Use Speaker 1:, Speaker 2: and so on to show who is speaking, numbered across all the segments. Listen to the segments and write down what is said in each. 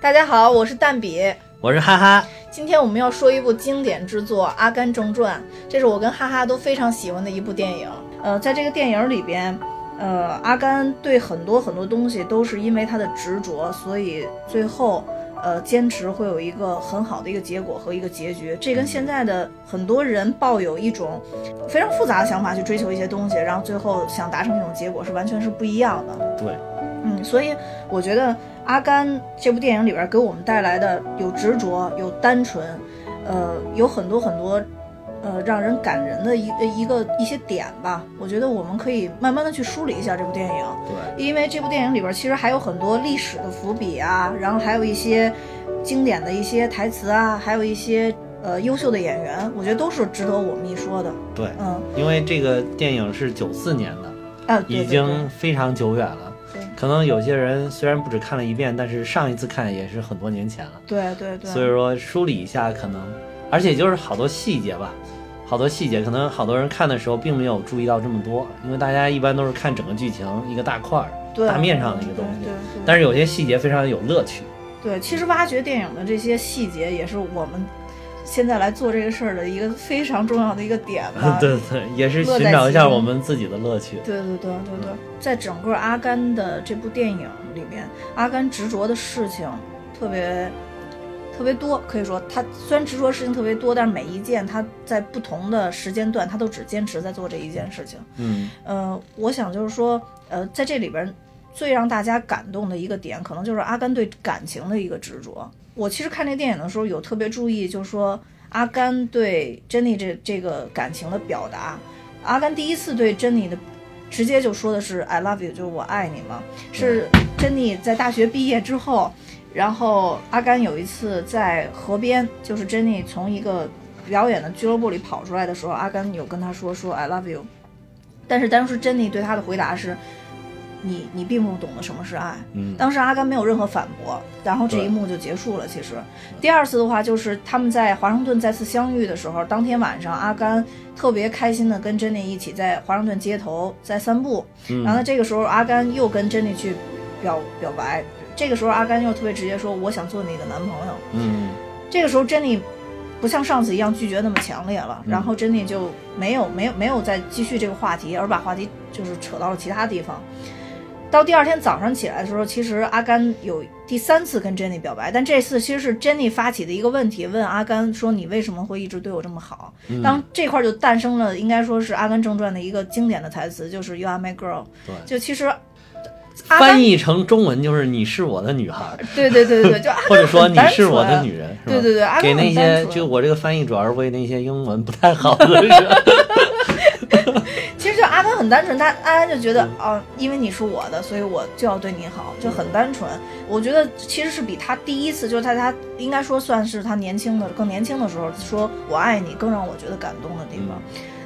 Speaker 1: 大家好，我是蛋比。
Speaker 2: 我是哈哈，
Speaker 1: 今天我们要说一部经典之作《阿甘正传》，这是我跟哈哈都非常喜欢的一部电影。呃，在这个电影里边，呃，阿甘对很多很多东西都是因为他的执着，所以最后呃坚持会有一个很好的一个结果和一个结局。这跟现在的很多人抱有一种非常复杂的想法去追求一些东西，然后最后想达成一种结果是完全是不一样的。
Speaker 2: 对，
Speaker 1: 嗯，所以我觉得《阿甘》这部电影里边给我们带来的有执着，有单纯，呃，有很多很多，呃，让人感人的一个一个一些点吧。我觉得我们可以慢慢的去梳理一下这部电影，
Speaker 2: 对，
Speaker 1: 因为这部电影里边其实还有很多历史的伏笔啊，然后还有一些经典的一些台词啊，还有一些呃优秀的演员，我觉得都是值得我们一说的。
Speaker 2: 对，
Speaker 1: 嗯，
Speaker 2: 因为这个电影是九四年的，
Speaker 1: 啊，对
Speaker 2: 已经非常久远了。
Speaker 1: 对
Speaker 2: 可能有些人虽然不止看了一遍，但是上一次看也是很多年前了。
Speaker 1: 对对对对，
Speaker 2: 所以说梳理一下，可能，而且就是好多细节吧，好多细节，可能好多人看的时候并没有注意到这么多，因为大家一般都是看整个剧情一个大块儿，
Speaker 1: 对
Speaker 2: 大面上的一个东西
Speaker 1: 对对对
Speaker 2: 但是有些细节非常有乐趣。
Speaker 1: 对，其实挖掘电影的这些细节，也是我们现在来做这个事儿的一个非常重要的一个点吧。
Speaker 2: 对对，也是寻找一下我们自己的乐趣。
Speaker 1: 对对对对对，在整个阿甘的这部电影里面，阿甘执着的事情特别特别多，可以说他虽然执着的事情特别多，但是每一件他在不同的时间段，他都只坚持在做这一件事情。
Speaker 2: 嗯，
Speaker 1: 呃，我想就是说，呃，在这里边儿最让大家感动的一个点，可能就是阿甘对感情的一个执着。我其实看这电影的时候，有特别注意，就是说阿甘对珍妮这这个感情的表达。阿甘第一次对珍妮的，直接就说的是 “I love you”，就是我爱你嘛。是珍妮在大学毕业之后，然后阿甘有一次在河边，就是珍妮从一个表演的俱乐部里跑出来的时候，阿甘有跟她说说 “I love you”。但是当时珍妮对他的回答是：“你你并不懂得什么是爱。”
Speaker 2: 嗯
Speaker 1: 当时阿甘没有任何反驳，然后这一
Speaker 2: 对
Speaker 1: 幕就结束了。其实，第二次的话就是他们在华盛顿再次相遇的时候，当天晚上阿甘特别开心的跟珍妮一起在华盛顿街头在散步，
Speaker 2: 嗯
Speaker 1: 然后这个时候阿甘又跟珍妮去表表白，这个时候阿甘又特别直接说：“我想做你的男朋友。”
Speaker 2: 嗯，
Speaker 1: 这个时候珍妮不像上次一样拒绝那么强烈了，
Speaker 2: 嗯
Speaker 1: 然后珍妮就没有没有没有再继续这个话题，而把话题就是扯到了其他地方。到第二天早上起来的时候，其实阿甘有第三次跟珍妮表白，但这次其实是珍妮发起的一个问题，问阿甘说：“你为什么会一直对我这么好？”
Speaker 2: 嗯
Speaker 1: 当这块儿就诞生了，应该说是《阿甘正传》的一个经典的台词，就是 “You are my girl”。
Speaker 2: 对
Speaker 1: 就其实阿甘
Speaker 2: 翻译成中文就是“你是我的女孩
Speaker 1: 对对对对对，就 阿”，
Speaker 2: 或者说“
Speaker 1: 很
Speaker 2: 你
Speaker 1: 单
Speaker 2: 是我的
Speaker 1: 纯
Speaker 2: 女人”，是吧？
Speaker 1: 对对对，阿甘
Speaker 2: 给
Speaker 1: 很
Speaker 2: 那
Speaker 1: 单
Speaker 2: 些
Speaker 1: 纯
Speaker 2: 就我这个翻译主要是为那些英文不太好 的人。
Speaker 1: 其实就阿甘很单纯，他阿甘就觉得啊、因为你是我的，所以我就要对你好，就很单纯。我觉得其实是比他第一次，就是他他应该说算是他年轻的更年轻的时候说我爱你，更让我觉得感动的地方。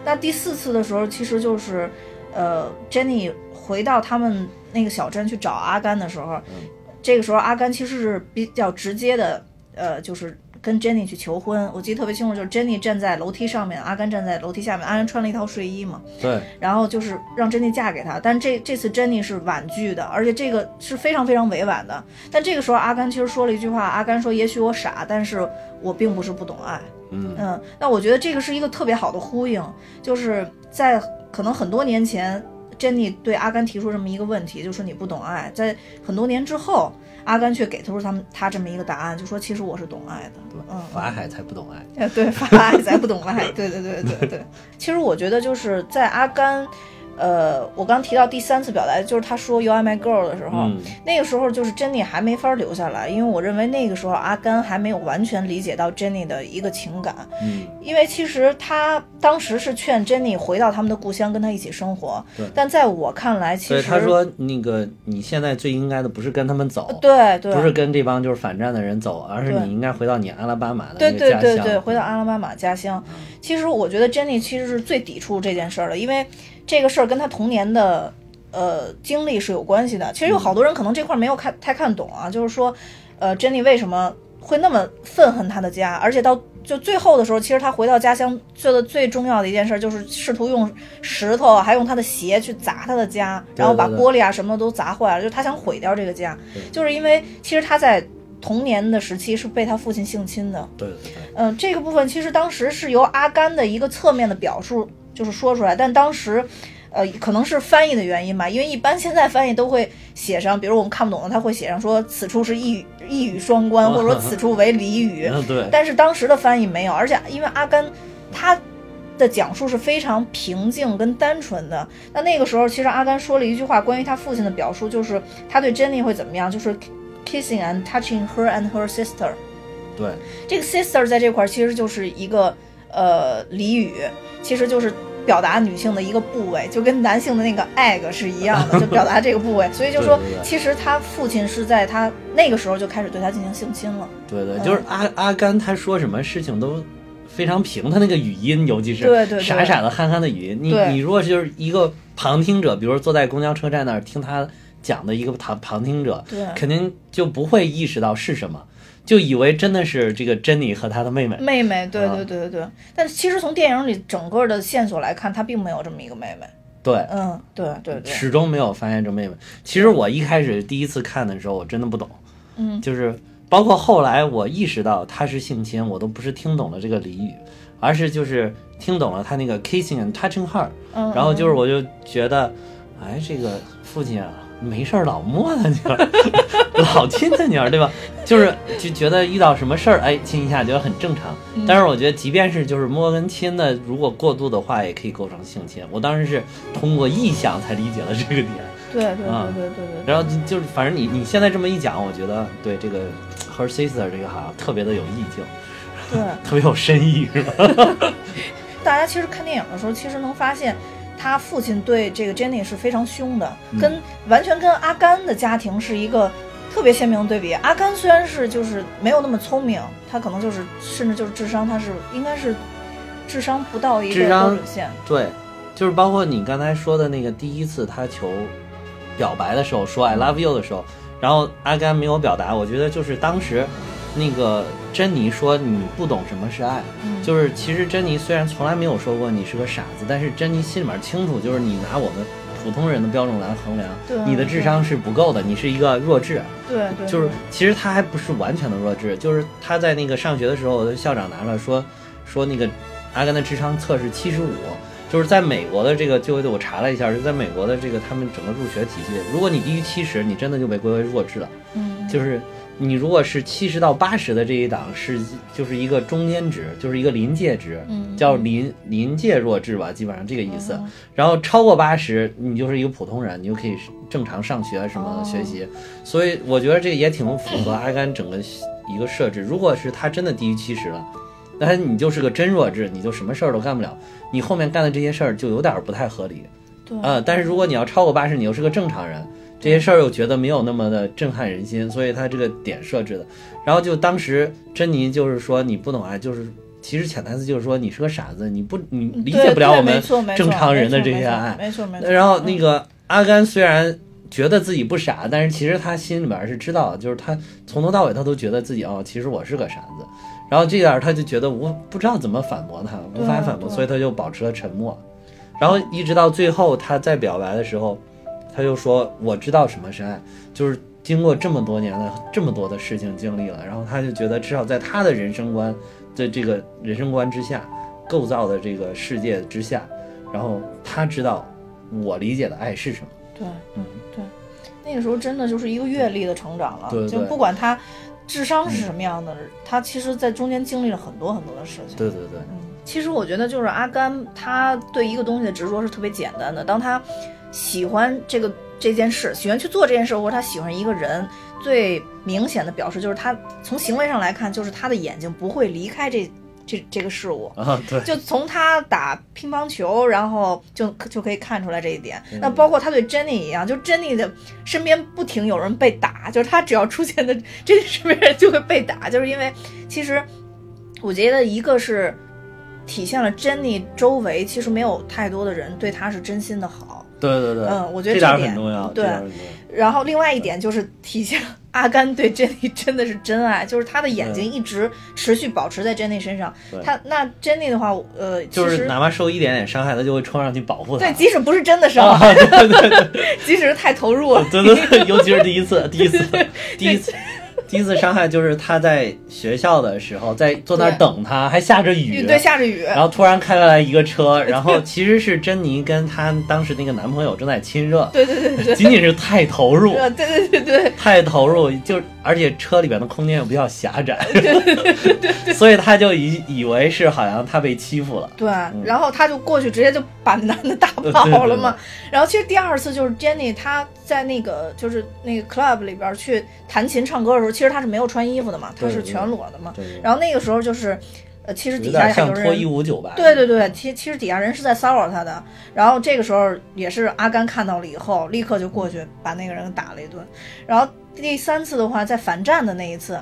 Speaker 1: 那第四次的时候，其实就是，呃，Jenny 回到他们那个小镇去找阿甘的时候，
Speaker 2: 嗯
Speaker 1: 这个时候阿甘其实是比较直接的，呃，就是跟 Jenny 去求婚。我记得特别清楚，就是 Jenny 站在楼梯上面，阿甘站在楼梯下面，阿甘穿了一套睡衣嘛。
Speaker 2: 对，
Speaker 1: 然后就是让珍妮嫁给他，但这这次珍妮是婉拒的，而且这个是非常非常委婉的。但这个时候，阿甘其实说了一句话，阿甘说：“也许我傻，但是我并不是不懂爱。”
Speaker 2: 嗯
Speaker 1: 嗯，那我觉得这个是一个特别好的呼应，就是在可能很多年前，珍妮对阿甘提出这么一个问题，就说你不懂爱，在很多年之后，阿甘却给出他们他这么一个答案，就说其实我是懂爱的。嗯嗯
Speaker 2: 法海才不懂爱。
Speaker 1: 哎， 对，法爱才不懂爱，对对对对对。其实我觉得就是在阿甘，呃，我刚提到第三次表白，就是他说 “You are my girl” 的时候，
Speaker 2: 嗯，
Speaker 1: 那个时候就是珍妮还没法留下来，因为我认为那个时候阿甘还没有完全理解到珍妮的一个情感，
Speaker 2: 嗯，
Speaker 1: 因为其实他当时是劝珍妮回到他们的故乡跟他一起生活
Speaker 2: 对，
Speaker 1: 但在我看来，其
Speaker 2: 所以
Speaker 1: 实
Speaker 2: 他说那个你现在最应该的不是跟他们走，
Speaker 1: 对对，
Speaker 2: 不是跟这帮就是反战的人走，而是
Speaker 1: 对
Speaker 2: 你应该回到你阿拉巴马的
Speaker 1: 对
Speaker 2: 那个
Speaker 1: 对
Speaker 2: 家
Speaker 1: 对
Speaker 2: 乡。嗯
Speaker 1: 对，回到阿拉巴马家乡。其实我觉得珍妮其实是最抵触这件事儿的，因为这个事儿跟她童年的呃经历是有关系的。其实有好多人可能这块儿没有看太看懂啊，就是说，呃，珍妮为什么会那么愤恨她的家，而且到就最后的时候，其实她回到家乡做的最重要的一件事儿就是试图用石头啊，还用她的鞋去砸她的家，然后把
Speaker 2: 对对对
Speaker 1: 玻璃啊什么的都砸坏了，就是她想毁掉这个家，就是因为其实她在。童年的时期是被他父亲性侵的。
Speaker 2: 对对对，
Speaker 1: 嗯、这个部分其实当时是由阿甘的一个侧面的表述就是说出来，但当时。呃，可能是翻译的原因吧，因为一般现在翻译都会写上，比如我们看不懂的，他会写上说此处是一语一语双关，或者说此处为俚语。
Speaker 2: 嗯对，
Speaker 1: 但是当时的翻译没有，而且因为阿甘他的讲述是非常平静跟单纯的。那那个时候，其实阿甘说了一句话，关于他父亲的表述，就是他对 Jenny 会怎么样，就是 kissing and touching her and her sister。
Speaker 2: 对
Speaker 1: 这个 sister 在这块儿其实就是一个呃俚语，其实就是表达女性的一个部位，就跟男性的那个 egg 是一样的，就表达这个部位。所以就说
Speaker 2: 对对，对
Speaker 1: 其实他父亲是在他那个时候就开始对他进行性侵了。
Speaker 2: 对对，就是阿阿甘他说什么事情都非常平，他那个语音尤其是
Speaker 1: 对对对
Speaker 2: 傻傻的憨憨的语音，你
Speaker 1: 对
Speaker 2: 你如果就是一个旁听者，比如说坐在公交车站那儿听他讲的一个旁旁听者，
Speaker 1: 对
Speaker 2: 肯定就不会意识到是什么，就以为真的是这个珍妮和她的妹妹。
Speaker 1: 妹妹，对
Speaker 2: 啊
Speaker 1: 对对对对。但其实从电影里整个的线索来看，他并没有这么一个妹妹。
Speaker 2: 对，
Speaker 1: 嗯，对对对，
Speaker 2: 始终没有发现这妹妹。其实我一开始第一次看的时候，我真的不懂，
Speaker 1: 嗯，
Speaker 2: 就是包括后来我意识到她是性侵，我都不是听懂了这个俚语，而是就是听懂了她那个 kissing and touching her，
Speaker 1: 嗯，
Speaker 2: 然后就是我就觉得，哎，这个父亲啊。没事儿，老摸他女儿， 老亲他女儿，对吧？ 就是就觉得遇到什么事儿，哎，亲一下觉得很正常。
Speaker 1: 嗯
Speaker 2: 但是我觉得，即便是就是摸跟亲的，如果过度的话，也可以构成性侵。我当时是通过意象才理解了这 个点。
Speaker 1: 对对对
Speaker 2: 啊
Speaker 1: 对对对对。
Speaker 2: 然后就就是，反正你你现在这么一讲，我觉得对这个 her sister 这个好像特别的有意境，
Speaker 1: 对
Speaker 2: 特别有深意，是吧？
Speaker 1: 大家其实看电影的时候，其实能发现。他父亲对这个 Jenny 是非常凶的，
Speaker 2: 嗯
Speaker 1: 跟完全跟阿甘的家庭是一个特别鲜明的对比。阿甘虽然是就是没有那么聪明，他可能就是甚至就是智商，他是应该是智商不到一个
Speaker 2: 智商
Speaker 1: 标准线。
Speaker 2: 对，就是包括你刚才说的那个第一次他求表白的时候说 I love you 的时候，然后阿甘没有表达，我觉得就是当时那个珍妮说你不懂什么是爱，
Speaker 1: 嗯
Speaker 2: 就是其实珍妮虽然从来没有说过你是个傻子，但是珍妮心里面清楚，就是你拿我们普通人的标准来衡量，
Speaker 1: 对
Speaker 2: 你的智商是不够的，你是一个弱智。
Speaker 1: 对对，
Speaker 2: 就是
Speaker 1: 对
Speaker 2: 其实他还不是完全的弱智，就是他在那个上学的时候，校长拿出来说说那个阿甘的智商测试七十五，就是在美国的这个就会我查了一下，就在美国的这个他们整个入学体系，如果你低于七十，你真的就被归为弱智了。
Speaker 1: 嗯
Speaker 2: 就是你如果是七十到八十的这一档是就是一个中间值，就是一个临界值，
Speaker 1: 嗯哦
Speaker 2: 叫临临界弱智吧，基本上这个意思。然后超过八十，你就是一个普通人，你就可以正常上学什么
Speaker 1: 哦
Speaker 2: 的学习。所以我觉得这也挺符合阿甘整个一个设置。如果是他真的低于七十了，那你就是个真弱智，你就什么事儿都干不了，你后面干的这些事儿就有点儿不太合理。
Speaker 1: 对
Speaker 2: 呃，但是如果你要超过八十，你又是个正常人，这些事儿又觉得没有那么的震撼人心，所以他这个点设置的。然后就当时珍妮就是说你不懂爱，就是其实潜台词就是说你是个傻子，你不你
Speaker 1: 嗯
Speaker 2: 理解不了我们正常人的这些爱。
Speaker 1: 没错没错没错。没嗯错
Speaker 2: 然后那个阿甘虽然觉得自己不傻，但是其实他心里面是知道的，就是他从头到尾他都觉得自己哦，其实我是个傻子。然后这点儿他就觉得无不知道怎么反驳他，无法反驳，
Speaker 1: 对啊
Speaker 2: 所以他就保持了沉默。然后一直到最后他在表白的时候，他就说我知道什么是爱，就是经过这么多年的这么多的事情经历了，然后他就觉得至少在他的人生观的这个人生观之下构造的这个世界之下，然后他知道我理解的爱是什么。
Speaker 1: 对
Speaker 2: 嗯，
Speaker 1: 对，那个时候真的就是一个阅历的成长了，
Speaker 2: 对对嗯
Speaker 1: 就不管他智商是什么样的，他其实在中间经历了很多很多的事情。
Speaker 2: 对对对，
Speaker 1: 嗯，其实我觉得就是阿甘他对一个东西的执着是特别简单的，当他喜欢这个这件事，喜欢去做这件事，或者他喜欢一个人，最明显的表示就是他从行为上来看，就是他的眼睛不会离开这这这个事物。
Speaker 2: 啊对，
Speaker 1: 就从他打乒乓球，然后就就可以看出来这一点。那包括他对 Jenny 一样，就 Jenny 的身边不停有人被打， 就是他只要出现的 Jenny 身边人就会被打，就是因为其实我觉得一个是体现了 Jenny 周围其实没有太多的人对她是真心的好，
Speaker 2: 对对对，
Speaker 1: 嗯我觉得
Speaker 2: 这点
Speaker 1: 这
Speaker 2: 儿
Speaker 1: 点
Speaker 2: 很重要，
Speaker 1: 对
Speaker 2: 这点儿很重要
Speaker 1: 然后另外一点就是体现了阿甘对珍妮真的是真爱，就是他的眼睛一直持续保持在珍妮身上
Speaker 2: 对。
Speaker 1: 他那珍妮的话，呃，
Speaker 2: 就
Speaker 1: 其
Speaker 2: 是
Speaker 1: 实
Speaker 2: 哪怕受一点点伤害，他就会冲上去保护 他。
Speaker 1: 对，即使不是真的伤
Speaker 2: 啊，
Speaker 1: 害，
Speaker 2: 对对对
Speaker 1: 即使是太投入了，
Speaker 2: 哦 对对对，尤其是第一次，第一次，第一次，第一次伤害就是他在学校的时候，在坐那儿
Speaker 1: 对嗯
Speaker 2: 等他，还下着雨，啊
Speaker 1: 对，下着雨，
Speaker 2: 然后突然开来一个车，然后其实是珍妮跟她当时那个男朋友正在亲热，
Speaker 1: 对对对对对，
Speaker 2: 仅仅是太投入，
Speaker 1: 对对对对，
Speaker 2: 太投入，就而且车里边的空间也比较狭窄， 所以他就以以为是好像他被欺负了，
Speaker 1: 对，然后他就过去，直接就把男的打跑了嘛。然后其实第二次就是 Jenny 她在那个就是那个 club 里边去弹琴唱歌的时候，其实她是没有穿衣服的嘛，她
Speaker 2: 对
Speaker 1: 是
Speaker 2: 对
Speaker 1: 全裸的嘛。
Speaker 2: 对对，
Speaker 1: 然后那个时候就是，呃，其实
Speaker 2: 有
Speaker 1: 底下
Speaker 2: 点
Speaker 1: 还
Speaker 2: 像
Speaker 1: 有
Speaker 2: 脱衣
Speaker 1: 人。
Speaker 2: 舞酒吧，
Speaker 1: 对对对，其其实底下人是在骚扰她的，然后这个时候也是阿甘看到了以后，立刻就过去把那个人打了一顿。然后第三次的话，在反战的那一次，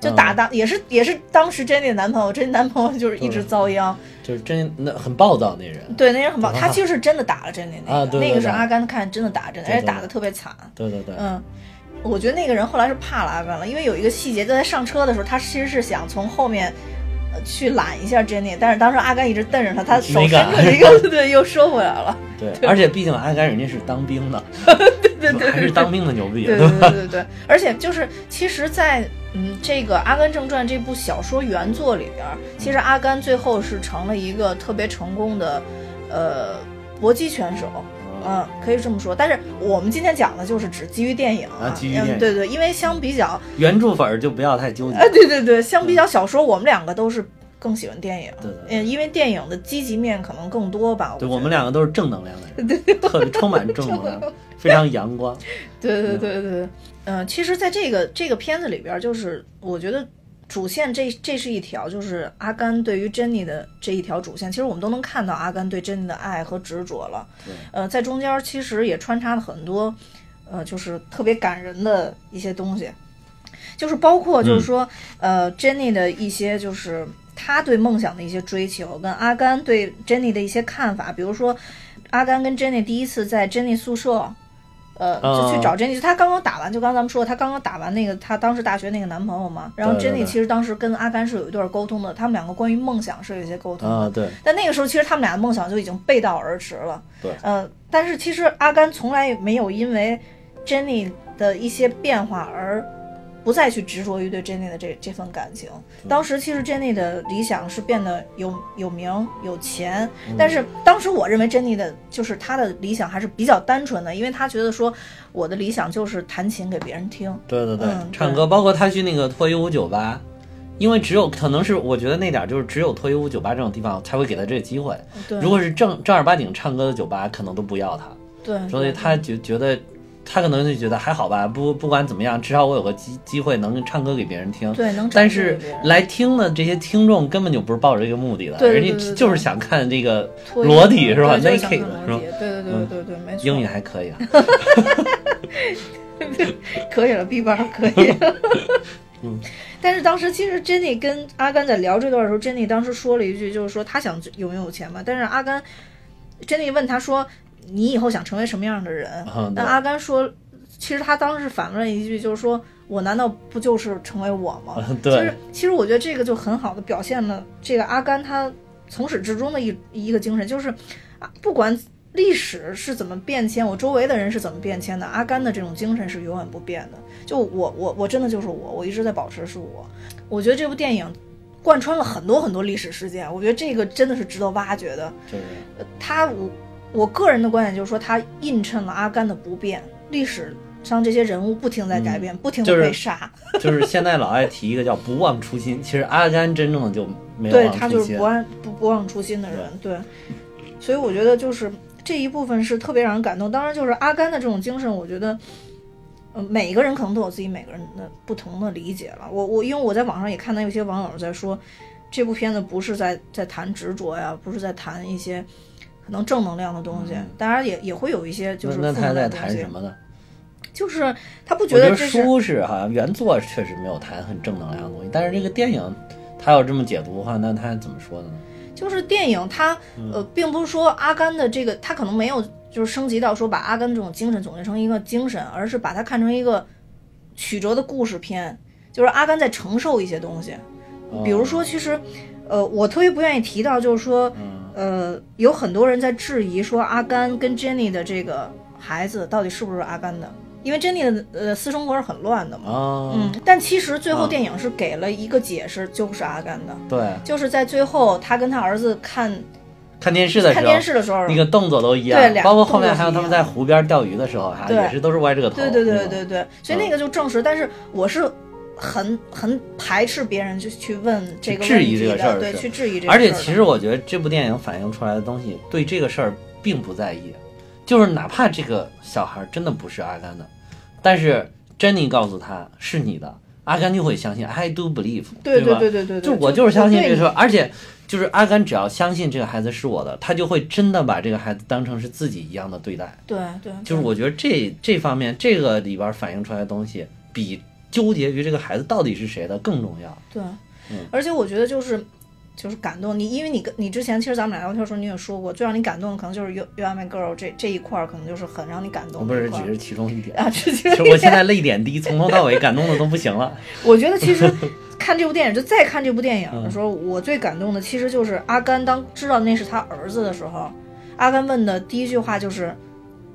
Speaker 1: 就
Speaker 2: 嗯
Speaker 1: 打当、也是也是当时 Jenny 的男朋友，Jenny 男朋友就是一直
Speaker 2: 对
Speaker 1: 遭殃，
Speaker 2: 就是真那很暴躁那人，
Speaker 1: 对，那人很棒，
Speaker 2: 对
Speaker 1: 他其实是真的打了珍妮那个，
Speaker 2: 啊对对
Speaker 1: 那个
Speaker 2: 对
Speaker 1: 是阿甘看真的打了珍妮，
Speaker 2: 对
Speaker 1: 而
Speaker 2: 对
Speaker 1: 且打的特别惨。
Speaker 2: 对对对，
Speaker 1: 嗯，我觉得那个人后来是怕了阿甘了，因为有一个细节，就在上车的时候，他其实是想从后面。呃去揽一下珍妮，但是当时阿甘一直瞪着他，他手
Speaker 2: 没
Speaker 1: 伸
Speaker 2: 敢
Speaker 1: 出去又 对又收回来了。
Speaker 2: 对，而且毕竟阿甘人家是当兵的，
Speaker 1: 对 对对
Speaker 2: 还是当兵的牛逼，
Speaker 1: 对对对对对，而且就是，其实在，嗯这个《阿甘正传》这部小说原作里边儿，其实阿甘最后是成了一个特别成功的，呃，搏击拳手。
Speaker 2: 嗯
Speaker 1: 嗯，可以这么说。但是我们今天讲的就是只基于电影
Speaker 2: 啊基于电影
Speaker 1: 嗯，对对，因为相比较，
Speaker 2: 原著粉儿就不要太纠结
Speaker 1: 啊，， 对对对，相比较小说，我们两个都是更喜欢电影。
Speaker 2: 嗯对对对
Speaker 1: 嗯，因为电影的积极面可能更多吧。
Speaker 2: 对
Speaker 1: 我
Speaker 2: 我
Speaker 1: 觉
Speaker 2: 们
Speaker 1: 得
Speaker 2: 两个都是正能量的人，特别充满正 能量，非常阳光，
Speaker 1: 对对对对对，嗯、其实，在这个这个片子里边儿，就是我觉得主线这这是一条，就是阿甘对于珍妮的这一条主线，其实我们都能看到阿甘对珍妮的爱和执着了
Speaker 2: 对。
Speaker 1: 呃，在中间儿其实也穿插了很多，呃，就是特别感人的一些东西，就是包括就是说，呃，珍妮的一些就是。他对梦想的一些追求，跟阿甘对珍妮的一些看法，比如说，阿甘跟珍妮第一次在珍妮宿舍，呃，就去找珍妮，她刚刚打完，就刚刚咱们说，她刚刚打完那个她当时大学那个男朋友嘛。然后
Speaker 2: 对对
Speaker 1: 珍妮
Speaker 2: 对
Speaker 1: 其实当时跟阿甘是有一段沟通的，他们两个关于梦想是有一些沟通的。
Speaker 2: 啊，对，
Speaker 1: 但那个时候，其实他们俩的梦想就已经背道而驰了。
Speaker 2: 对
Speaker 1: 嗯、但是其实阿甘从来没有因为珍妮的一些变化而不再去执着于对珍妮的这这份感情。当时其实珍妮的理想是变得有有名有钱，但是当时我认为珍妮的就是她的理想还是比较单纯的，因为她觉得说我的理想就是弹琴给别人听。
Speaker 2: 对对对，
Speaker 1: 嗯
Speaker 2: 唱
Speaker 1: 对
Speaker 2: 歌，包括他去那个脱衣舞酒吧，因为只有可能是我觉得那点儿就是只有脱衣舞酒吧这种地方才会给他这个机会，
Speaker 1: 对，
Speaker 2: 如果是正正儿八经唱歌的酒吧，可能都不要他，
Speaker 1: 对，
Speaker 2: 所以他觉觉得。他可能就觉得还好吧，不不管怎么样，至少我有个机机会能唱歌给别人听。
Speaker 1: 对能
Speaker 2: 但
Speaker 1: 展示
Speaker 2: 是
Speaker 1: 给别人，
Speaker 2: 来听的这些听众根本就不是抱着这个目的的，
Speaker 1: 对对对
Speaker 2: 人
Speaker 1: 对
Speaker 2: 家
Speaker 1: 对
Speaker 2: 就是想看这个
Speaker 1: 脱衣
Speaker 2: 裸体是吧
Speaker 1: 对就是想看
Speaker 2: ？naked 是
Speaker 1: 裸
Speaker 2: 吧
Speaker 1: 体？对对对对对，没错。
Speaker 2: 英语还可以 啊，
Speaker 1: 可以了，B 班可以了。但是当时其实珍妮跟阿甘在聊这段的时候，珍妮当时说了一句，就是说她想有没有钱嘛。但是阿甘，珍妮问他说：“你以后想成为什么样的人？”
Speaker 2: 嗯对
Speaker 1: 但阿甘说，其实他当时反问一句，就是说我难道不就是成为我吗？
Speaker 2: 嗯
Speaker 1: 其实
Speaker 2: 对，
Speaker 1: 其实我觉得这个就很好的表现了这个阿甘他从始至终的一一个精神，就是啊，不管历史是怎么变迁，我周围的人是怎么变迁的，阿甘的这种精神是永远不变的。就我我我真的就是我，我一直在保持是我。我觉得这部电影贯穿了很多很多历史事件，我觉得这个真的是值得挖掘的。
Speaker 2: 就是
Speaker 1: 呃它我我个人的观点就是说，它映衬了阿甘的不变，历史上这些人物不停在改变，不停
Speaker 2: 嗯就
Speaker 1: 的
Speaker 2: 是
Speaker 1: 被杀。
Speaker 2: 就是现在老爱提一个叫不忘初心，其实阿甘真正的就没有
Speaker 1: 对
Speaker 2: 忘
Speaker 1: 他
Speaker 2: 初
Speaker 1: 就是
Speaker 2: 心
Speaker 1: 不。忘不不忘初心的人，对，所以我觉得就是这一部分是特别让人感动。当然，就是阿甘的这种精神，我觉得，呃，每个人可能都有自己每个人的不同的理解了。我我因为我在网上也看到有些网友在说，这部片子不是在在谈执着呀，不是在谈一些可能正能量的东西，当然也也会有一些就是
Speaker 2: 嗯那那
Speaker 1: 负
Speaker 2: 他
Speaker 1: 能
Speaker 2: 在
Speaker 1: 量的东
Speaker 2: 谈
Speaker 1: 西
Speaker 2: 什？么呢？
Speaker 1: 就是他不觉
Speaker 2: 我觉
Speaker 1: 得
Speaker 2: 得
Speaker 1: 这是
Speaker 2: 书是好像原作确实没有谈很正能量的东西，但是这个电影他要这么解读的话，那他怎么说呢？
Speaker 1: 就是电影它呃，并不是说阿甘的这个，它可能没有就是升级到说把阿甘这种精神总结成一个精神，而是把它看成一个曲折的故事片，就是阿甘在承受一些东西。比如说，其实呃，我特别不愿意提到，就是说呃，有很多人在质疑说阿甘跟 Jenny 的这个孩子到底是不是阿甘的。因为珍妮的呃私生活是很乱的嘛。
Speaker 2: 啊，
Speaker 1: 嗯，但其实最后
Speaker 2: 啊
Speaker 1: 电影是给了一个解释，就是阿甘的，
Speaker 2: 对，
Speaker 1: 就是在最后他跟他儿子看
Speaker 2: 看电视的时
Speaker 1: 看
Speaker 2: 候，
Speaker 1: 电视的时候，
Speaker 2: 那个动作都一样
Speaker 1: 对，俩
Speaker 2: 包括后面
Speaker 1: 动作
Speaker 2: 还有他们
Speaker 1: 一样
Speaker 2: 在湖边钓鱼的时候哈，
Speaker 1: 对
Speaker 2: 也是都是歪着个头。
Speaker 1: 对对对
Speaker 2: 嗯，
Speaker 1: 对对，所以那个就证实。但是我是很很排斥别人就去问这个
Speaker 2: 去质疑
Speaker 1: 问题
Speaker 2: 这个事
Speaker 1: 的
Speaker 2: 儿
Speaker 1: 对，
Speaker 2: 是
Speaker 1: 去质疑这个事儿
Speaker 2: 而
Speaker 1: 的。
Speaker 2: 且其实我觉得这部电影反映出来的东西，对这个事儿并不在意，就是哪怕这个小孩真的不是阿甘的，但是珍妮告诉他是你的，阿甘就会相信 I do believe，
Speaker 1: 对
Speaker 2: 吧？
Speaker 1: 对对对对，
Speaker 2: 就我就是相信这个事
Speaker 1: 对
Speaker 2: 儿，而且就是阿甘只要相信这个孩子是我的，他就会真的把这个孩子当成是自己一样的对待。
Speaker 1: 对对，对
Speaker 2: 就是我觉得这这方面这个里边反映出来的东西，比纠结于这个孩子到底是谁的更重要。
Speaker 1: 对
Speaker 2: 嗯，
Speaker 1: 而且我觉得就是。就是感动你，因为你跟你之前其实咱们俩聊天的时候你也说过，最让你感动的可能就是《You You Are My Girl 这》这一块儿，可能就是很让你感
Speaker 2: 我
Speaker 1: 动
Speaker 2: 不
Speaker 1: 的一
Speaker 2: 是
Speaker 1: 块
Speaker 2: 只
Speaker 1: 儿。
Speaker 2: 是其中一点。
Speaker 1: 啊，这
Speaker 2: 其实
Speaker 1: 就
Speaker 2: 我现在泪点低，从头到尾感动的都不行了。
Speaker 1: 我觉得其 实看这部电影，就再看这部电影的
Speaker 2: 嗯
Speaker 1: 时候，我最感动的其实就是阿甘当知道那是他儿子的时候，阿甘问的第一句话就是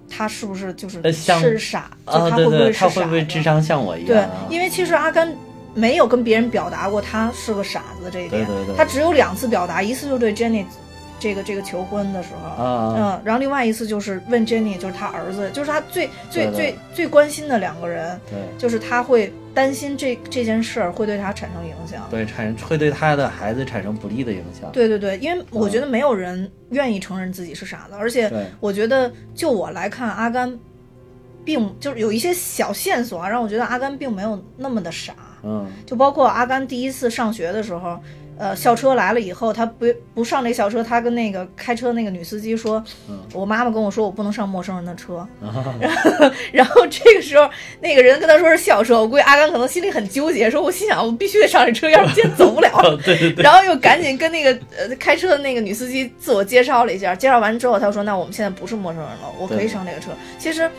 Speaker 1: 他是不是就是
Speaker 2: 呃像
Speaker 1: 是傻， 就
Speaker 2: 啊，
Speaker 1: 他
Speaker 2: 对
Speaker 1: 会不
Speaker 2: 对，
Speaker 1: 会是
Speaker 2: 他会
Speaker 1: 傻
Speaker 2: 不会
Speaker 1: 子？
Speaker 2: 智商像我一样
Speaker 1: 对
Speaker 2: 啊？，
Speaker 1: 因为其实阿甘没有跟别人表达过他是个傻子这一点，
Speaker 2: 对对对
Speaker 1: 他只有两次表达，一次就对 Jenny 这个这个求婚的时候，
Speaker 2: 啊，
Speaker 1: 嗯，然后另外一次就是问 Jenny，就是他儿子，就是他最最
Speaker 2: 对对
Speaker 1: 最最关心的两个人，
Speaker 2: 对
Speaker 1: 就是他会担心这这件事儿会对他产生影响。
Speaker 2: 对，产生会对他的孩子产生不利的影响。
Speaker 1: 对对对，因为我觉得没有人愿意承认自己是傻子，而且
Speaker 2: 对
Speaker 1: 我觉得就我来看，阿甘并就是有一些小线索啊，让我觉得阿甘并没有那么的傻。
Speaker 2: 嗯，
Speaker 1: 就包括阿甘第一次上学的时候，呃，校车来了以后，他不不上那校车，他跟那个开车那个女司机说，
Speaker 2: 嗯
Speaker 1: 我妈妈跟我说我不能上陌生人的车， 然后这个时候那个人跟他说是校车，我估计阿甘可能心里很纠结，说我心想我必须得上这车，要不今天走不了了。
Speaker 2: 啊对对 对，
Speaker 1: 然后又赶紧跟那个呃开车的那个女司机自我介绍了一下，介绍完之后，他说：“那我们现在不是陌生人了，我可以
Speaker 2: 对
Speaker 1: 上这个车。”其实